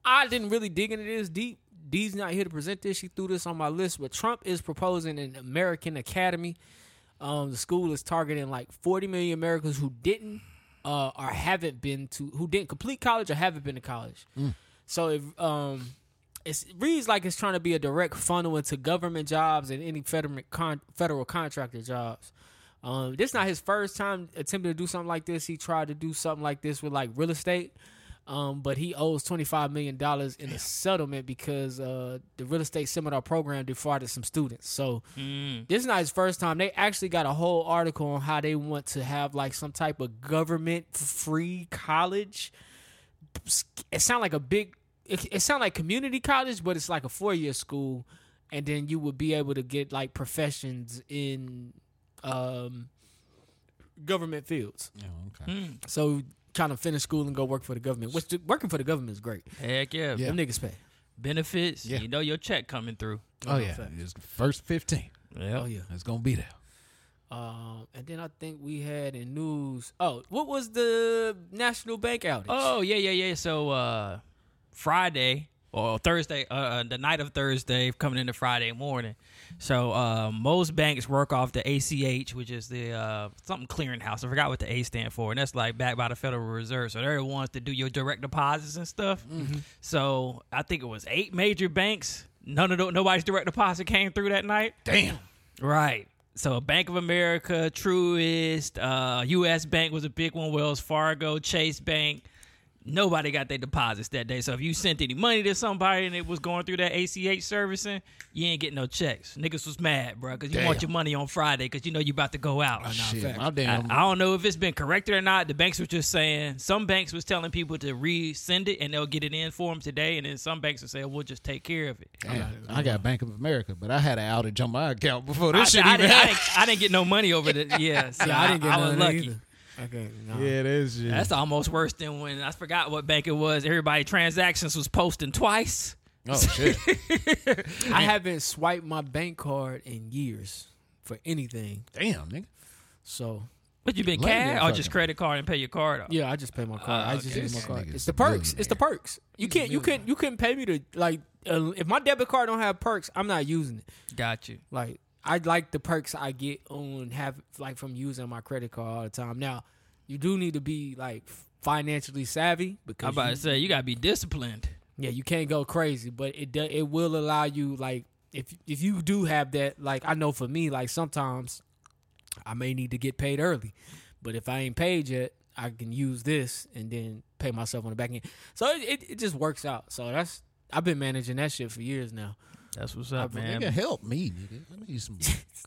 S5: I didn't really dig into this deep. Dee's not here to present this. She threw this on my list, but Trump is proposing an American Academy. Um, the school is targeting like 40 million Americans who didn't uh, or haven't been to who didn't complete college or haven't been to college. So if um, it's, it reads like it's trying to be a direct funnel into government jobs and any federal con- federal contractor jobs. Um, this is not his first time attempting to do something like this. He tried to do something like this with like real estate, um, but he owes twenty five million dollars in a settlement because uh, the real estate seminar program defrauded some students. So this is not his first time. They actually got a whole article on how they want to have like some type of government free college. It sound like a big. It, it sound like community college, but it's like a four year school, and then you would be able to get like professions in um, government fields.
S6: Hmm?
S5: So kind of finish school and go work for the government. Which the- working for the government is great.
S1: Heck yeah.
S5: Them niggas pay.
S1: Benefits.
S6: Yeah.
S1: You know your check coming through.
S6: Oh yeah, it's first fifteen.
S1: Yeah.
S5: Oh yeah.
S6: It's gonna be there.
S5: Um, and then I think we had in news. Oh, what was the national bank outage?
S1: Oh yeah, yeah, yeah. So uh, Friday or Thursday, uh, the night of Thursday, coming into Friday morning. So uh, most banks work off the ACH, which is the uh, something clearinghouse. I forgot what the A stand for, and that's like backed by the Federal Reserve. So they're the ones that do your direct deposits and stuff. So I think it was eight major banks. None of the, nobody's direct deposit came through that night.
S6: Damn.
S1: Right. So Bank of America, Truist, uh, U.S. Bank was a big one. Wells Fargo, Chase Bank. Nobody got their deposits that day. So if you sent any money to somebody and it was going through that ACH servicing, you ain't getting no checks. Niggas was mad, bro, because you want your money on Friday because you know you about to go out.
S6: Oh, Shit, my
S1: I,
S6: damn.
S1: I don't know if it's been corrected or not. The banks were just saying some banks was telling people to resend it and they'll get it in for them today, and then some banks would say we'll just take care of it.
S6: Damn, I got Bank of America, but I had an outage on my account before
S1: I,
S6: this shit
S1: I
S6: even
S1: didn't, I,
S6: happened.
S1: didn't, I didn't get no money over the yeah. So
S5: yeah, I didn't get
S1: I, was
S5: none of that
S1: lucky.
S5: either. Okay, no.
S6: Yeah, that's shit.
S1: That's almost worse than when I forgot what bank it was. Everybody transactions was posting twice.
S6: oh shit.
S5: I haven't swiped my bank card in years for anything.
S6: Damn, nigga.
S5: So
S1: But you been
S6: Lady
S1: cash or
S6: fucking.
S1: just credit card and pay your card off?
S5: Yeah, I just pay my card. I just
S6: Ah, okay.
S5: use my
S6: This
S5: card.
S6: nigga's
S5: It's the perks. It's the
S6: millionaire.
S5: perks. You can't. You couldn't. You couldn't pay me to like. Uh, if my debit card don't have perks, I'm not using it.
S1: Got you.
S5: Like I like the perks I get on have like from using my credit card all the time. Now, you do need to be like financially savvy
S1: I'm
S5: because
S1: about
S5: you-
S1: to say you gotta be disciplined.
S5: yeah, you can't go crazy, but it do, it will allow you like if if you do have that like I know for me like sometimes I may need to get paid early, but if I ain't paid yet, I can use this and then pay myself on the back end. So it, it, it just works out. So that's I've been managing that shit for years now.
S1: That's what's up, man.
S6: Nigga, help me, nigga. I need some.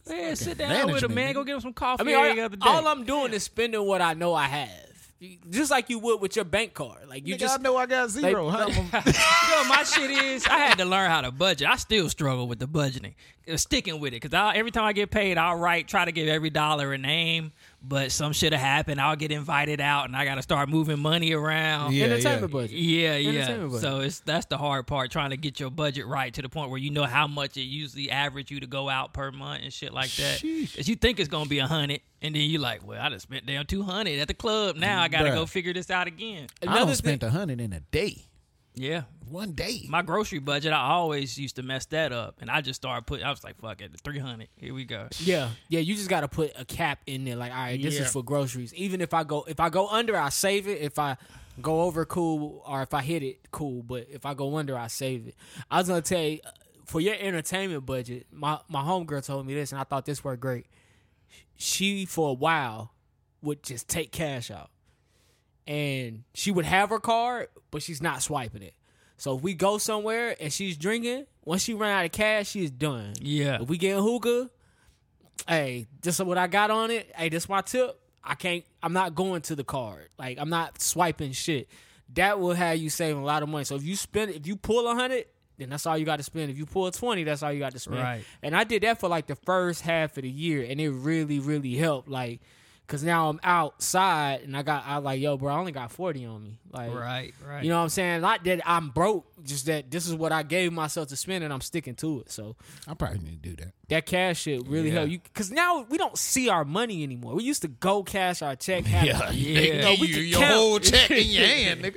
S1: Yeah, sit down with a
S6: management,
S1: man.
S6: nigga.
S1: Go get him some coffee
S5: I mean,
S1: every other
S5: all,
S1: day.
S5: all I'm doing is spending what I know I have, just like you would with your bank card. Like you
S6: Nigga,
S5: just
S6: I know I got zero. How am I-
S1: You know, my shit is I had to learn how to budget. I still struggle with the budgeting, Uh, sticking with it. Cause I, every time I get paid, I'll write, try to give every dollar a name, but some shit will happen. I'll get invited out, and I got to start moving money around.
S6: Yeah,
S5: entertainment budget.
S1: Yeah, yeah.
S5: Entertainment budget.
S1: So it's that's the hard part, trying to get your budget right to the point where you know how much it usually average you to go out per month and shit like that.
S6: Sheesh.
S1: Is you think it's gonna be a hundred, and then you like, well, I just spent down two hundred at the club. Now I gotta
S6: Bruh.
S1: go figure this out again.
S6: I
S5: Another
S6: don't spent a hundred in a day.
S1: Yeah,
S6: One day.
S1: my grocery budget, I always used to mess that up, and I just started putting. I was like, "Fuck it, three hundred. Here we go."
S5: Yeah, yeah. You just got to put a cap in there. Like, all right, this
S1: Yeah.
S5: is for groceries. Even if I go, if I go under, I save it. If I go over, cool. Or if I hit it, cool. But if I go under, I save it. I was gonna tell you uh, for your entertainment budget. My my homegirl told me this, and I thought this worked great. She for a while would just take cash out, and she would have her card, but she's not swiping it. So if we go somewhere and she's drinking, once she run out of cash, she's done.
S1: Yeah.
S5: If we get hookah, hey, this is what I got on it. Hey, this my tip. I can't. I'm not going to the card. Like I'm not swiping shit. That will have you saving a lot of money. So if you spend, if you pull a hundred, then that's all you got to spend. If you pull twenty, that's all you got to spend.
S1: Right.
S5: And I did that for like the first half of the year, and it really, really helped. Like, cause now I'm outside, and I got, I like, yo, bro, I only got forty on me. Like,
S1: Right, right.
S5: You know what I'm saying? Not that I'm broke, just that this is what I gave myself to spend, and I'm sticking to it. So
S6: I probably need to do that.
S5: that cash shit really helped you because now we don't see our money anymore. We used to go cash our check. have-
S6: yeah.
S5: No, we
S6: you,
S5: could
S6: your
S5: count.
S6: whole check in your hand, nigga.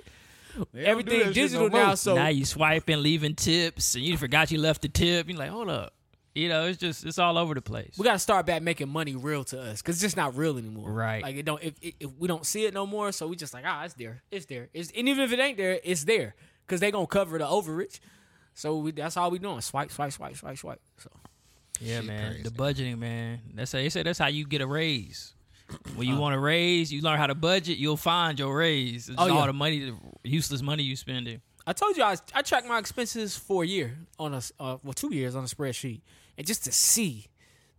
S5: Everything
S6: that shit
S5: digital
S6: no more.
S5: now, so
S1: now you swiping, leaving tips, and you forgot you left the tip. You're like, hold up. You know, it's just it's all over the place.
S5: we got to start back making money real to us because it's just not real anymore.
S1: Right.
S5: Like it don't if, if, if we don't see it no more, so we just like ah, it's there, it's there, it's and even if it ain't there, it's there because they gonna cover the overage. So we, that's all we doing: swipe, swipe, swipe, swipe, swipe. So
S1: yeah, man. The budgeting, man. That's how they say that's how you get a raise. When you want a raise, you learn how to budget. You'll find your raise. It's
S5: Oh,
S1: all
S5: yeah.
S1: the money, the useless money you spending.
S5: I told you I, I tracked my expenses for a year on a s- uh, well two years on a spreadsheet, and just to see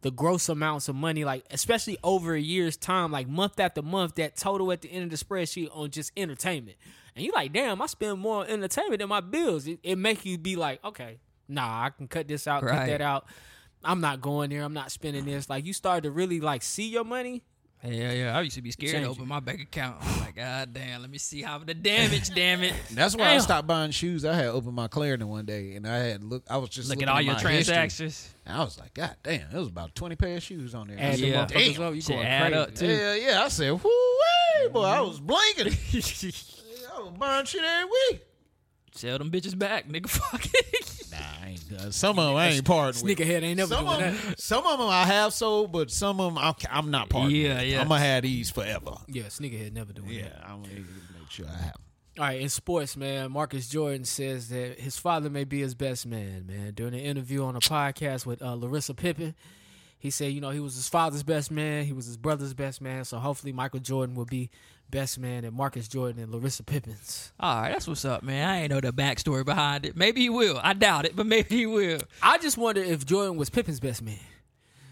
S5: the gross amounts of money, like especially over a year's time, like month after month, that total at the end of the spreadsheet on just entertainment, and you're like, damn, I spend more on entertainment than my bills. It, it make you be like, okay, nah, I can cut this out, cut
S1: Right.
S5: that out. I'm not going there. I'm not spending this. Like you start to really like see your money.
S1: Yeah, yeah. I used to be scared
S5: Change
S1: to
S5: it.
S1: open my bank account. I'm like, God damn, let me see how the damage, damn it.
S6: That's why I
S5: Damn.
S6: stopped buying shoes. I had opened my Clarendon one day, and I had look. I was just
S1: Look
S6: looking
S1: at all your
S6: my history.
S1: transactions.
S6: And I was like, God damn, it was about twenty pair of shoes on there.
S5: Add the
S1: Yeah.
S5: motherfuckers
S6: Damn.
S5: up, you
S1: Shit
S5: going
S1: add
S5: crazy.
S1: up too.
S6: Yeah, yeah. I said, whoo, way, boy, I was blinking. I was buying shit every week.
S1: Sell them bitches back, nigga. Fuck it.
S6: Nah, I ain't, uh, some of them I ain't parting with.
S5: Sneakerhead ain't never
S6: Some
S5: doing
S6: of,
S5: that.
S6: them, some of them I have sold, but some of them I'm, I'm not parting.
S1: Yeah,
S6: with.
S1: yeah.
S6: I'm gonna have these forever.
S5: Yeah, sneakerhead never doing that.
S6: Yeah, I'm gonna make sure I have. 'em.
S5: All right, in sports, man, Marcus Jordan says that his father may be his best man, man. During an interview on a podcast with uh, Larissa Pippen, he said, you know, he was his father's best man, he was his brother's best man, so hopefully Michael Jordan will be best man and Marcus Jordan and Larissa Pippins.
S1: All right, that's what's up, man. I ain't know the backstory behind it. Maybe he will. I doubt it, but maybe he will.
S5: I just wonder if Jordan was Pippin's best man.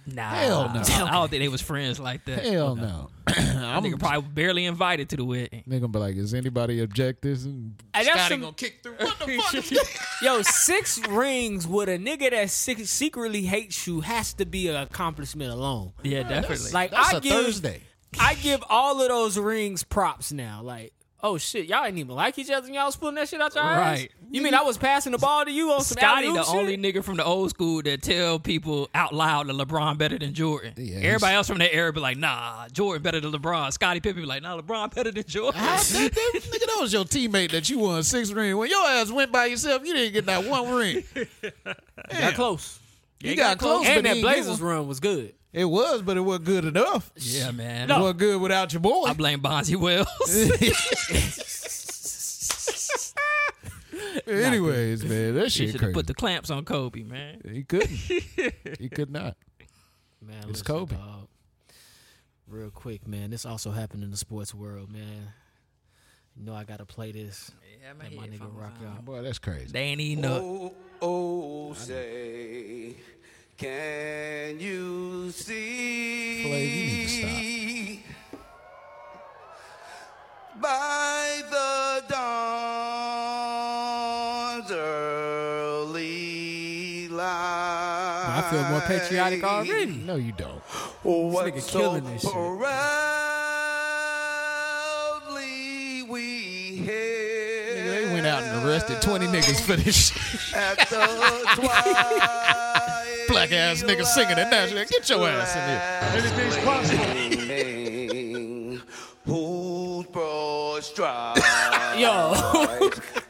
S1: Nah,
S6: Hell no.
S1: I don't think they was friends like that.
S6: Hell no.
S1: I think probably barely invited to the wedding.
S6: They're gonna be like, is anybody object this? And
S5: And that's
S4: Scotty
S5: some-
S4: gonna kick through. What the fuck? is that?
S5: Yo, six rings with a nigga that sec- secretly hates you has to be an accomplishment alone.
S1: Yeah, definitely.
S5: Like
S6: That's
S5: I
S6: a
S5: give
S6: Thursday.
S5: I give all of those rings props now. Like, oh shit, y'all ain't even like each other and y'all was pulling that shit out your ass.
S1: Right.
S5: You mean I was passing the ball to
S6: Oh,
S5: you on some
S1: Scotty, the
S5: alley-oop
S1: only
S5: shit?
S1: nigga from the old school that tell people out loud that LeBron better than Jordan.
S6: Yeah,
S1: Everybody
S6: he's-
S1: else from that era be like, nah, Jordan better than LeBron. Scotty Pippen be like, nah, LeBron better than Jordan.
S6: I said, that, nigga, that was your teammate that you won six ring. When your ass went by yourself, you didn't get that one ring.
S5: got close.
S6: You got, close, but
S5: And
S6: he
S5: that
S6: ain't get
S5: Blazers
S6: one.
S5: run was good.
S6: It was, but it wasn't good enough.
S1: yeah, man.
S6: It wasn't good without your boy.
S1: I blame Bonzi Wells.
S6: Anyways, man, that
S1: He
S6: shit
S1: should have
S6: crazy.
S1: put the clamps on Kobe, man.
S6: he couldn't. he could not.
S5: Man,
S6: It's
S5: listen,
S6: Kobe.
S5: dog. Real quick, man. This also happened in the sports world, man. You know I gotta play this.
S1: Yeah,
S5: Let my nigga rock out.
S6: Boy, that's crazy.
S1: They ain't even know.
S9: Oh, oh, say, can you see?
S6: Play, you need to
S9: By the dawn's early light.
S5: I feel more patriotic already.
S6: No, you don't.
S9: What
S5: nigga
S9: so
S5: killing this shit.
S9: proudly we hailed
S6: Nigga, they went out and arrested 20 niggas for this shit.
S9: at the twilight
S6: Black ass nigga singing that national. Get your ass in here.
S9: Anything's possible. Who's broad
S5: Yo.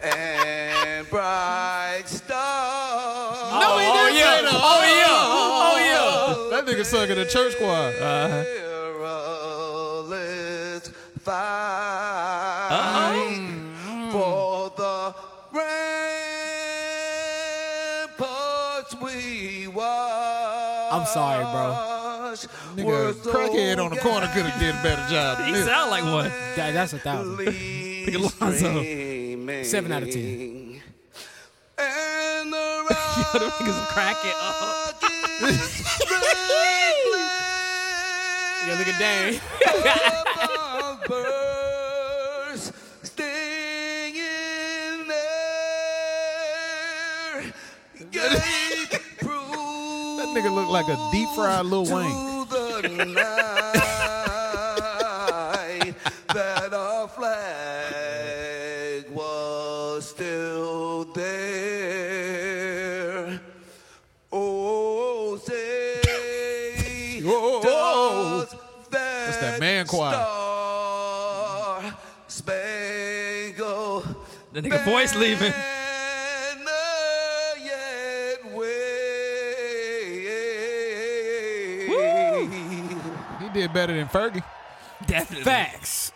S9: and bright stars?
S6: No, he
S5: oh,
S6: didn't
S5: yeah.
S6: say no.
S5: Oh, yeah. Oh,
S6: That nigga sung in the church choir. Uh-huh.
S9: Perilous
S1: Oh,
S9: fight for the ramparts we watch.
S5: I'm sorry,
S9: bro.
S6: Nigga, crackhead on the corner could have did a better job than
S1: He
S6: this.
S1: sound like one.
S5: yeah. That- that's a thousand. Seven out of
S9: ten. And the
S1: Yo, them niggas are cracking up.
S9: rockets
S5: sounds like a dame.
S9: of birds sting in there. Gave
S6: That nigga look like a deep fried Lil Wayne.
S9: to the night that our flag was still there. Oh, say,
S6: Whoa.
S9: does that,
S6: That's that man choir.
S9: Star spangled
S1: The nigga voice leaving.
S9: Banner yet wave.
S6: He did better than Fergie.
S1: Definitely.
S5: Facts.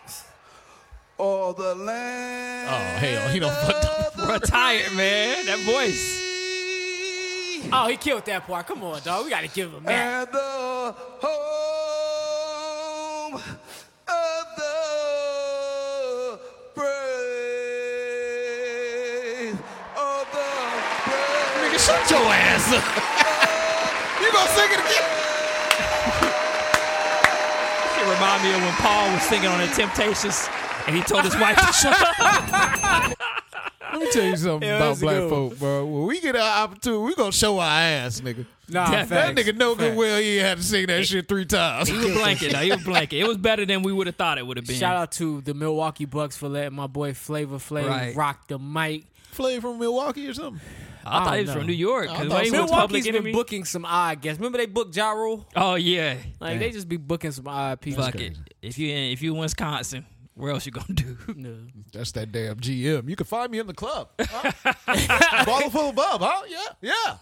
S9: All the land.
S6: Oh hell, he don't fucked up.
S1: Bro, tired, man. That voice.
S5: Oh, he killed that part. Come on, dog. We gotta give him that.
S9: And the home of the brave. Of the brave.
S6: Nigga, shut your ass up. you gonna sing it again?
S1: It remind me of when Paul was singing on the Temptations and he told his wife to shut up.
S6: Let me tell you something
S5: Yeah,
S6: about
S5: that's a
S6: black
S5: good one.
S6: folk, bro. When we get our opportunity, we gonna show our ass, nigga.
S5: Nah,
S6: That
S1: That
S5: facts.
S6: nigga know good well he had to sing that shit three times.
S1: He was blanket. though. He was blanket. It was better than we would have thought it would have been.
S5: Shout out to the Milwaukee Bucks for letting my boy Flavor Flav
S1: Right.
S5: rock the mic.
S6: Played from Milwaukee or something.
S1: I thought
S5: I
S1: he was
S5: don't
S1: from
S5: know.
S1: New York.
S6: I
S1: Cause
S6: thought
S1: Wayne
S6: so.
S1: was public
S5: Oh, Milwaukee's been
S1: enemy.
S5: booking some odd guests. Remember they booked Ja Rule?
S1: oh yeah.
S5: Like they just be booking some odd people.
S1: Fuck it. If you in, if you in Wisconsin, where else you gonna do?
S5: No.
S6: That's that damn GM. You can find me in the club. Huh? Bottle full of bub, huh? Yeah, yeah.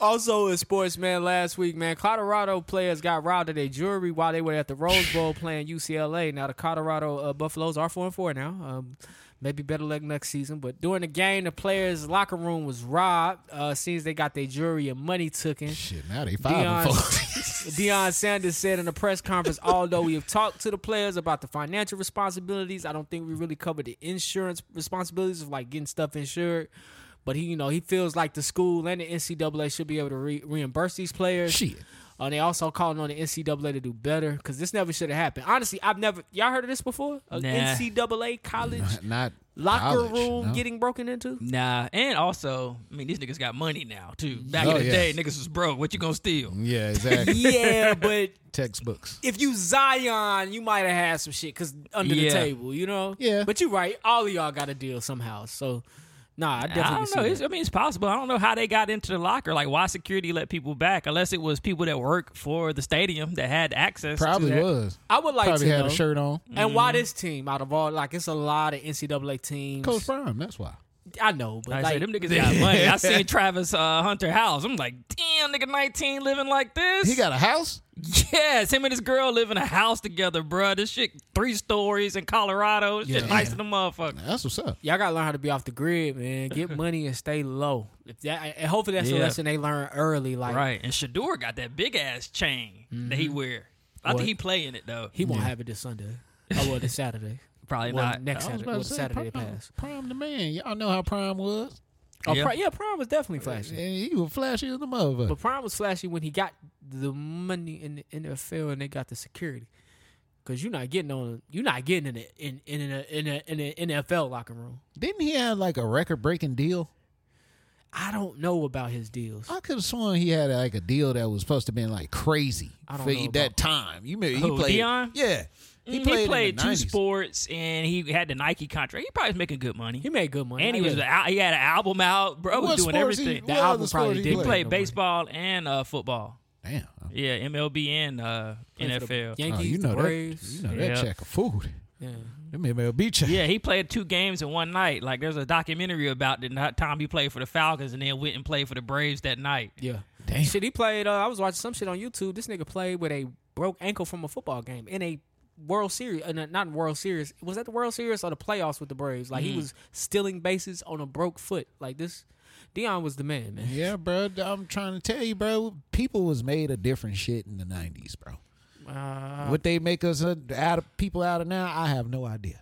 S5: Also in sports, man, last week, man, Colorado players got robbed of their jewelry while they were at the Rose Bowl playing UCLA. Now the Colorado uh, Buffaloes are four and four now. Um, maybe better luck next season. But during the game, the players' locker room was robbed. Uh, seems they got their jewelry and money taken.
S6: Shit, now they
S5: Deion,
S6: five and four.
S5: Deion Sanders said in a press conference, although we have talked to the players about the financial responsibilities, I don't think we really covered the insurance responsibilities of like getting stuff insured. But he, you know, he feels like the school and the NCAA should be able to re- reimburse these players.
S6: Shit.
S5: Uh, they also calling on the NCAA to do better because this never should have happened. Honestly, I've never y'all heard of this before. A
S1: Nah.
S5: NCAA college
S6: Not
S5: locker
S6: college,
S5: room
S6: no.
S5: getting broken into.
S1: Nah, and also, I mean, these niggas got money now too. Back
S6: Oh,
S1: in the
S6: yeah.
S1: day, niggas was broke. What you gonna steal?
S6: Yeah, exactly.
S5: Yeah, but
S6: Textbooks.
S5: if you Zion, you might have had some shit because under
S1: Yeah.
S5: the table, you know.
S6: Yeah.
S5: But you're right. All of y'all got a deal somehow. So, nah, I definitely
S1: I don't
S5: see
S1: know.
S5: that.
S1: It's, I mean, it's possible. I don't know how they got into the locker. Like, why security let people back? Unless it was people that work for the stadium that had access. to
S6: Probably
S1: that.
S6: was.
S5: I would like
S6: Probably
S5: to
S6: had
S5: know.
S6: a shirt on.
S5: And
S1: Mm-hmm.
S5: why this team out of all like it's a lot of NCAA teams.
S6: Coach Prime, that's why.
S5: I know, but
S1: Like I
S5: like,
S1: said, them niggas got money. I seen Travis uh, Hunter house. I'm like, damn, nigga, 19 living like this.
S6: He got a house?
S1: yes. Him and his girl live in a house together, bruh. This shit, three stories in Colorado. This shit
S6: Yeah.
S1: nice in the motherfucker.
S6: That's what's up.
S5: y'all gotta learn how to be off the grid, man. Get money and stay low. If that, and hopefully that's a
S1: Yeah.
S5: lesson they learn early. Like
S1: Right. And Shadur got that big ass chain that he wear. I
S5: What?
S1: think he playing it though.
S5: he won't have it this Sunday. Oh well, this Saturday.
S1: Probably
S5: well,
S1: not. Uh,
S5: next
S6: I was
S5: Saturday.
S6: about
S5: Well,
S6: to say,
S5: Saturday
S6: Prime,
S5: pass.
S6: Prime the man. Y'all know how Prime was.
S5: Oh,
S1: Yeah.
S5: Prime, yeah, Prime was definitely flashing.
S6: And he was flashy as the motherfucker.
S5: But Prime was flashy when he got the money in the NFL and they got the security. Cause you're not getting on, you're not getting in a, in in a, in a, in an NFL locker room.
S6: Didn't he have like a record breaking deal?
S5: I don't know about his deals.
S1: Uh,
S6: I could have sworn he had like a deal that was supposed to be like crazy
S5: I don't
S6: for
S5: know
S6: that
S5: about-
S6: time. You remember
S1: Who,
S6: he played?
S1: Deion? Mm,
S6: Yeah,
S1: He
S6: played,
S1: played,
S6: in the
S1: two
S6: 90s.
S1: sports and he had the Nike contract. He probably was making good money.
S5: He made good money,
S1: and
S5: I
S1: he was
S5: guess.
S1: out, he had an album out, bro.
S6: What
S1: was doing
S6: sports he-
S1: everything.
S6: what
S5: The
S6: other
S5: album
S6: sport
S5: probably
S6: he
S5: did
S1: He
S5: play.
S1: played
S5: no
S1: baseball and uh, football.
S6: Damn, oh,
S1: Yeah, MLB and uh,
S5: Played for the
S1: NFL.
S5: Yankees,
S6: you
S5: the
S6: know that.
S5: Braves.
S6: You know
S1: Yeah.
S6: that check of food.
S5: Yeah.
S6: Them MLB check.
S1: Yeah, he played two games in one night. Like there's a documentary about the night- time he played for the Falcons and then went and played for the Braves that night.
S5: yeah,
S6: Damn.
S5: Shit, he played. Uh, I was watching some shit on YouTube. This nigga played with a broke ankle from a football game in a World Series, uh, not World Series. Was that the World Series or the playoffs with the Braves? Like
S1: Mm.
S5: he was stealing bases on a broke foot. Like this, Dion was the man, man.
S6: Yeah, bro. I'm trying to tell you, bro. People was made of different shit in the '90s, uh, bro. what they make us uh, out of people out of now, I have no idea.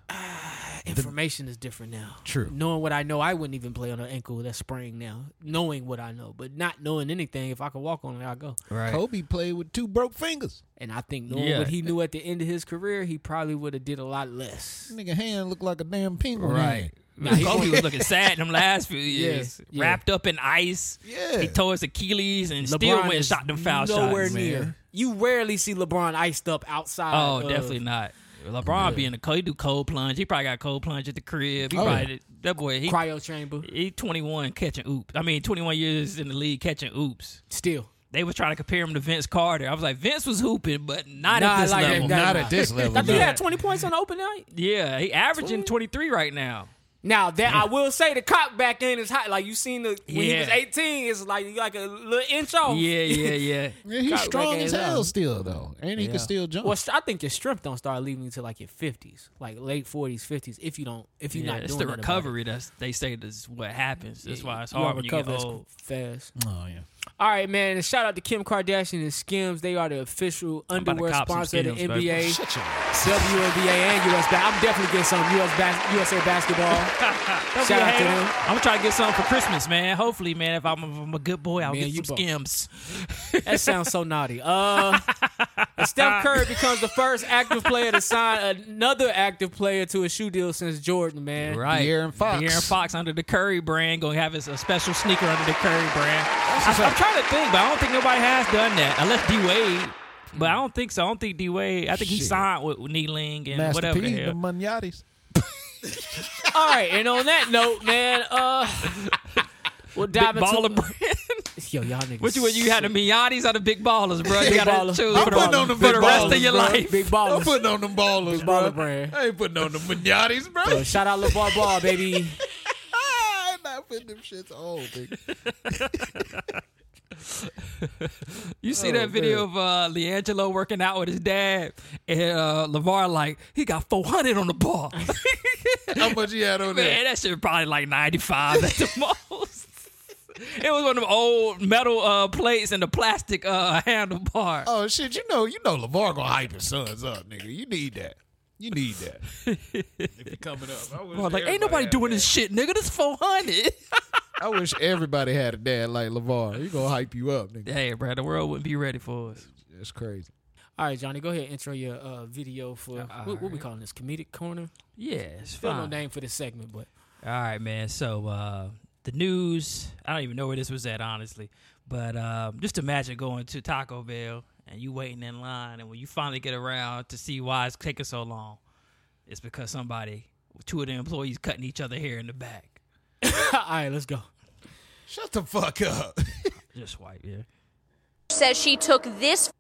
S5: information is different now.
S6: True.
S5: Knowing what I know, I wouldn't even play on an ankle that's sprained now. Knowing what I know, but not knowing anything, if I could walk on it, I'll go.
S1: Right.
S6: Kobe played with two broke fingers.
S5: And I think knowing
S1: Yeah.
S5: what he knew at the end of his career, he probably would have did a lot less.
S6: Nigga hand looked like a damn penguin. hand.
S1: Nah, he- Kobe was looking sad in them last few years.
S5: yeah.
S1: Wrapped up in ice.
S6: Yeah.
S1: He tore his Achilles and still
S5: LeBron
S1: went and
S5: is
S1: shot them foul
S5: nowhere
S1: shots.
S5: near. Uh, You rarely see LeBron iced up outside.
S1: Oh,
S5: of-
S1: definitely not. LeBron being a cold, he do cold plunge. He probably got cold plunge at the crib. He
S6: Oh,
S1: probably
S6: yeah.
S1: did- that boy. He
S5: cryo chamber.
S1: he 21 catching oops. I mean 21 years in the league catching oops.
S5: Still,
S1: They was trying to compare him to Vince Carter. I was like Vince was hooping, but not
S5: Nah,
S1: at this
S5: like
S1: level.
S5: that-
S6: Not at this level.
S5: I think
S6: no.
S5: he had twenty points on the open night.
S1: Yeah, he averaging 23 right now.
S5: Now that I will say, the cock back in is hot. Like you seen the when he was
S1: Yeah.
S5: eighteen, it's like you like a little inch off.
S1: Yeah, yeah, yeah.
S6: Yeah, he's
S5: Cock
S6: strong
S5: back
S6: as
S5: ass
S6: hell
S5: out.
S6: still though, and he can still jump.
S5: Well, I think your strength don't start leaving you till like your fifties, like late forties, fifties. If you don't, if you're
S1: yeah,
S5: not
S1: it's the
S5: doing nothing about it.
S1: recovery that's they say that's what happens. That's why it's
S5: You don't
S1: hard when you get
S5: recover as
S1: old.
S5: fast.
S6: oh yeah.
S5: All right, man. And shout out to Kim Kardashian and Skims. They are the official
S1: about to
S5: underwear
S1: cop some
S5: sponsor of the
S1: Skims, baby.
S5: NBA, WNBA, and US. Ba- I'm definitely getting some US bas- USA basketball. shout out to them.
S1: I'm gonna try to get something for Christmas, man. Hopefully, man. If I'm, if I'm a good boy, I'll
S5: Man,
S1: get
S5: you
S1: some
S5: both.
S1: skims.
S5: That sounds so naughty. Uh, and Steph Curry becomes the first active player to sign another active player to a shoe deal since Jordan, man.
S1: Right,
S6: De'Aaron Fox.
S1: De'Aaron Fox under the Curry brand gonna have his a special sneaker under the Curry brand. I, am trying to think, but I don't think nobody has done that unless D Wade.
S5: Hmm.
S1: But I don't think so. I don't think D Wade. I think he
S6: Shit.
S1: signed with Kneeling and
S6: Master
S1: whatever. the
S6: P,
S1: hell.
S6: the Munyatis.
S5: All right, and uh, on that note, man, uh, we'll dive
S1: Big
S5: into
S1: baller brand.
S5: Yo, y'all niggas.
S1: What you what you had the Miatis or the big ballers, bro? You
S5: Big
S1: gotta
S5: baller.
S1: choose
S5: I'm
S1: for the,
S6: putting on the
S1: for the
S6: big
S1: rest of
S6: ballers,
S1: your
S6: bro.
S1: life.
S5: Big ballers.
S6: I'm putting on them ballers, bro.
S5: baller brand.
S6: I ain't putting on them Munyatis, bro.
S5: So shout out LeVar Ball, baby.
S6: Ah, I'm not putting them shits on, nigga.
S1: You see that video of uh, Leangelo working out with his dad, and uh, Levar like he got four hundred on the ball.
S6: How much he had on
S1: Man,
S6: there?
S1: that shit probably like ninety five at the most. It was one of them old metal uh, plates and the plastic uh, handlebar.
S6: Oh shit, you know, you know, Levar gonna hype his sons up, nigga. You need that. You need that. if you're coming up, I wish,
S1: I'm like, ain't
S6: everybody
S1: nobody
S6: had
S1: doing
S6: that.
S1: this shit, nigga. This four hundred.
S6: I wish everybody had a dad like Levar. He gonna hype you up, nigga.
S1: hey, bro, the world wouldn't be ready for us.
S6: That's crazy.
S5: All right, Johnny, go ahead. Intro your uh, video for what, what we calling this comedic corner.
S1: Yeah, it's
S5: Still no
S1: fine.
S5: name for this segment, but
S1: All right, man. So uh, the news, I don't even know where this was at, honestly. But um, just imagine going to Taco Bell and you waiting in line, and when you finally get around to see why it's taking so long, it's because somebody, two of the employees, cutting each other hair in the back.
S5: all right, let's go.
S6: Shut the fuck up.
S1: Just white, yeah.
S10: says she took this.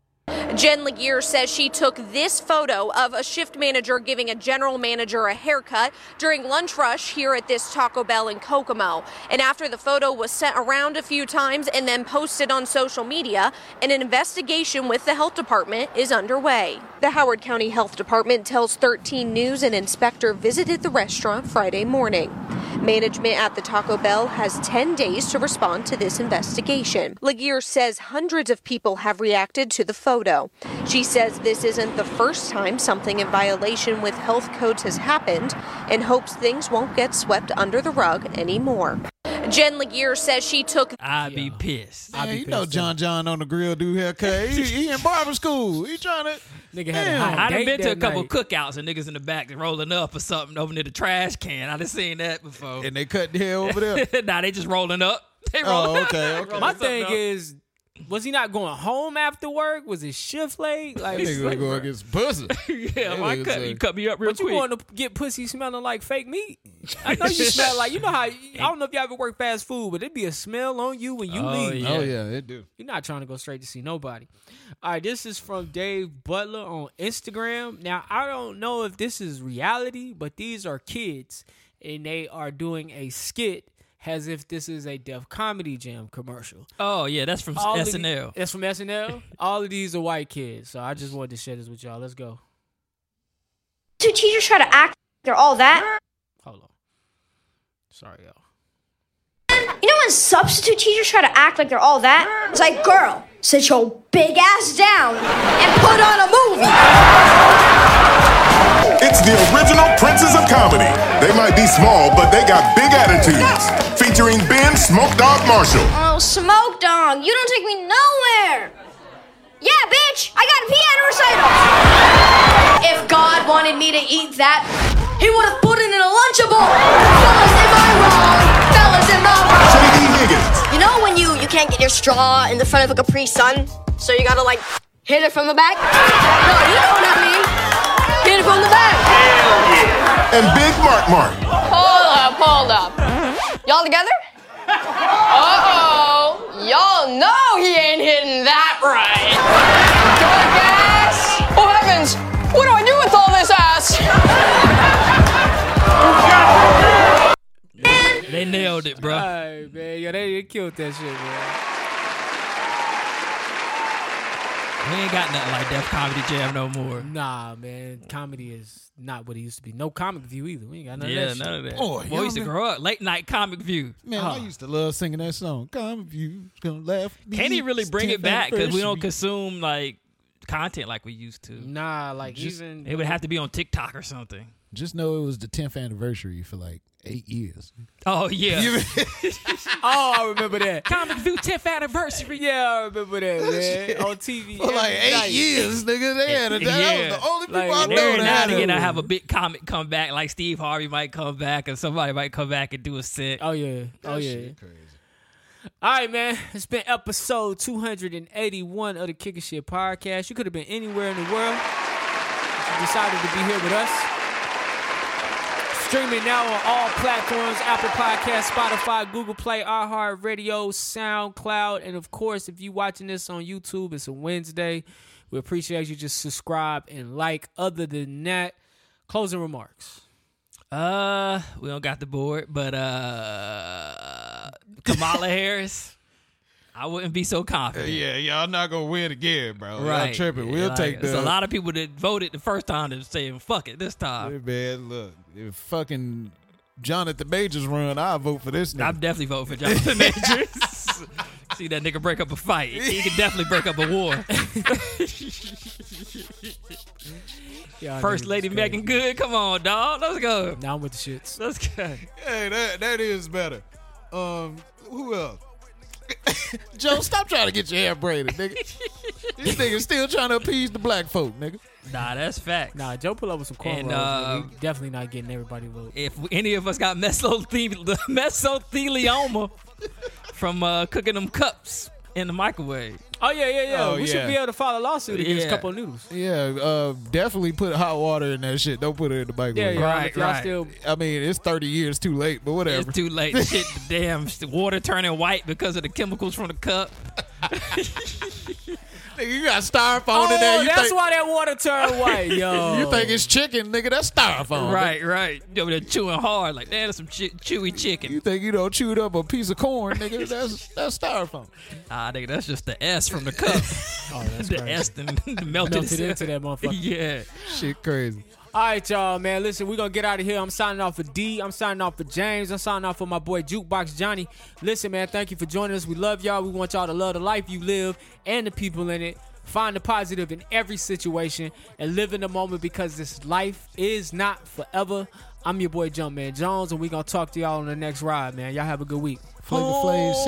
S10: Jen Laguerre says she took this photo of a shift manager giving a general manager a haircut during lunch rush here at this Taco Bell in Kokomo. And after the photo was sent around a few times and then posted on social media, an investigation with the health department is underway. The Howard County Health Department tells 13 News an inspector visited the restaurant Friday morning. Management at the Taco Bell has 10 days to respond to this investigation. Laguerre says hundreds of people have reacted to the photo. She says this isn't the first time something in violation with health codes has happened and hopes things won't get swept under the rug anymore. Jen Laguerre says she took
S1: I'd be pissed.
S6: Man, you
S5: pissed
S6: know
S5: off.
S6: John John on the grill do haircut. He, he in barber school. He trying to
S5: Nigga had a
S6: Damn.
S5: hot
S1: I done
S5: date
S1: been to a
S5: that
S1: couple
S5: night.
S1: cookouts and niggas in the back rolling up or something over near the trash can. I done seen that before.
S6: and they cut the hair over there.
S1: nah, they just rolling up. They rolling
S6: oh,
S1: up.
S6: okay, okay.
S5: My thing is, was he not going home after work? Was his shift late? Like,
S6: Nigga gonna go against pussy.
S1: Yeah,
S6: That
S1: why
S6: nigga
S1: cut,
S6: say-
S1: you cut me up real
S5: but you
S1: quick.
S5: going to get pussy smelling like fake meat? I know you smell like you know how I don't know if you ever work fast food, but it'd be a smell on you when you
S1: Oh,
S5: leave.
S1: yeah.
S6: Oh yeah, it do.
S5: You're not trying to go straight to see nobody. All right, this is from Dave Butler on Instagram. Now, I don't know if this is reality, but these are kids and they are doing a skit as if this is a Def Comedy Jam commercial.
S1: Oh yeah, that's from
S5: All of the-
S1: SNL.
S5: That's from SNL. All of these are white kids. So I just wanted to share this with y'all. Let's go.
S10: two teachers try to act they're all that.
S5: Hold on. Sorry, y'all.
S10: You know when substitute teachers try to act like they're all that? It's like, girl, sit your big ass down and put on a movie.
S11: It's the original princes of comedy. They might be small, but they got big attitudes. Featuring Ben Smoke Dog Marshall,
S3: Oh, smoke dong, you don't take me nowhere. Yeah, bitch, I got a piano recital.
S12: If God wanted me to eat that, he would have put it in a Lunchable. Fellas, am I wrong? Fellas, am I
S11: wrong?
S12: You know when you, you can't get your straw in the front of a Capri Sun, so you gotta like hit it from the back? No, you know what I mean. Hit it from the back.
S11: and Big Mark Mark.
S12: Hold up, hold up. Y'all together? Uh-oh. Y'all know he ain't hitting that right. Dark ass. Oh heavens, what do I do with all this ass?
S1: They nailed it, bro.
S5: Alright, man. Yo, they, they killed that shit, man.
S1: We ain't got nothing like Def Comedy Jam no more.
S5: Nah, man. Comedy is not what it used to be. No comic view either. We ain't got none
S1: yeah,
S5: of that.
S1: none of
S5: shit.
S1: that. Boy, we used to grow up late night comic view.
S6: Man, I used to love singing that song. Come if you gonna laugh.
S1: Can't he really bring it back? Because we don't consume like content like we used to.
S5: Nah, like
S1: Just-
S5: even
S1: it would have to be on TikTok or something.
S6: Just know it was the 10th anniversary for like eight years.
S1: Oh yeah,
S5: Oh, I remember that.
S1: Comic View 10th anniversary.
S5: Yeah, I remember that, man. On TV.
S4: For like eight years, nigga. They had it. That
S1: Yeah.
S4: was the only people
S5: Like,
S4: I
S5: and
S4: know
S1: Every
S4: that
S1: now
S4: had
S1: and
S4: it.
S1: again, I have a big comic come back, like Steve Harvey might come back, or somebody might come back and do a set.
S5: Oh yeah. Oh yeah. All right, man. It's been episode 281 of the Kicking Shit podcast. You could have been anywhere in the world. but You decided to be here with us. Streaming now on all platforms Apple Podcasts, Spotify, Google Play, iHeartRadio, SoundCloud. And of course, if you watching this on YouTube, it's a Wednesday. We appreciate you just subscribe and like. Other than that, closing remarks.
S1: Uh, we don't got the board, but uh, Kamala Harris, I wouldn't be so confident.
S4: Yeah, y'all not gonna win again, bro.
S1: Right.
S4: Y'all tripping. We'll
S1: Like,
S4: take
S1: There's
S4: the
S1: a lot of people that voted the first time that saying fuck it this time.
S4: Hey, man, look.
S6: If fucking Jonathan Majors run, I'll vote for this
S1: I'm
S6: nigga.
S1: definitely voting for Jonathan Majors. See that nigga break up a fight. He can definitely break up a war.
S5: Y'all
S1: First
S5: niggas
S1: Lady
S5: is crazy.
S1: Megan Good, come on, dog. Let's go.
S5: Now I'm with the shits.
S1: Let's go.
S4: Hey, that that is better. Um, who else?
S6: Joe, stop trying to get your hair braided, nigga. These niggas still trying to appease the black folk, nigga.
S1: Nah, that's facts.
S5: Nah, Joe pull up with some
S1: And,
S5: cornrows. nigga.
S1: uh,
S5: He definitely not getting everybody vote.
S1: If any of us got mesothe- mesothelioma from uh, cooking them cups in the microwave,
S5: Oh yeah, yeah, yeah.
S4: Oh,
S5: we
S4: yeah.
S5: should be able to file a lawsuit against
S1: Yeah.
S5: Couple Noodles.
S6: Yeah, uh, definitely put hot water in that shit. Don't put it in the
S5: Yeah,
S6: microwave.
S5: yeah.
S1: Right,
S5: if y'all
S1: right.
S5: still
S6: I mean, it's 30 years too late, but whatever.
S1: it's too late. Shit, the damn the water turning white because of the chemicals from the cup.
S6: Nigga, you got styrofoam
S5: Oh,
S6: in there. You
S5: that's
S6: think,
S5: why that water turned white, yo.
S6: you think it's chicken, nigga? That's styrofoam.
S1: Right, right. You over there chewing hard like damn, that's some chi- chewy chicken.
S6: You think you don't chewed up a piece of corn, nigga? That's that's styrofoam.
S1: Ah, nigga, that's just the S from the cup.
S5: oh, that's
S1: the
S5: crazy.
S1: S then melted,
S5: Melted
S1: itself.
S5: into that motherfucker.
S1: Yeah.
S6: Shit, crazy.
S5: All right, y'all, man. Listen, we're going to get out of here. I'm signing off for D. I'm signing off for James. I'm signing off for my boy Jukebox Johnny. Listen, man, thank you for joining us. We love y'all. We want y'all to love the life you live and the people in it. Find the positive in every situation and live in the moment because this life is not forever. I'm your boy Jumpman Jones, and we're going to talk to y'all on the next ride, man. Y'all have a good week.
S6: Flavor
S5: Oh,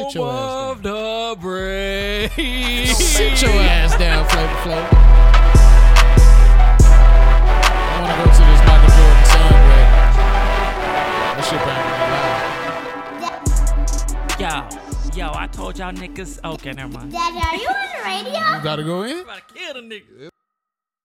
S6: Flav, sit your ass
S1: Of the brain.
S6: down. Sit your ass down, Flavor Flav. I want to go to this Michael Jordan song, but that shit probably
S1: Yo, yo, I told y'all niggas. Okay, never mind.
S3: Dad, are you on the radio?
S6: Gotta go in.
S1: About to kill the niggas.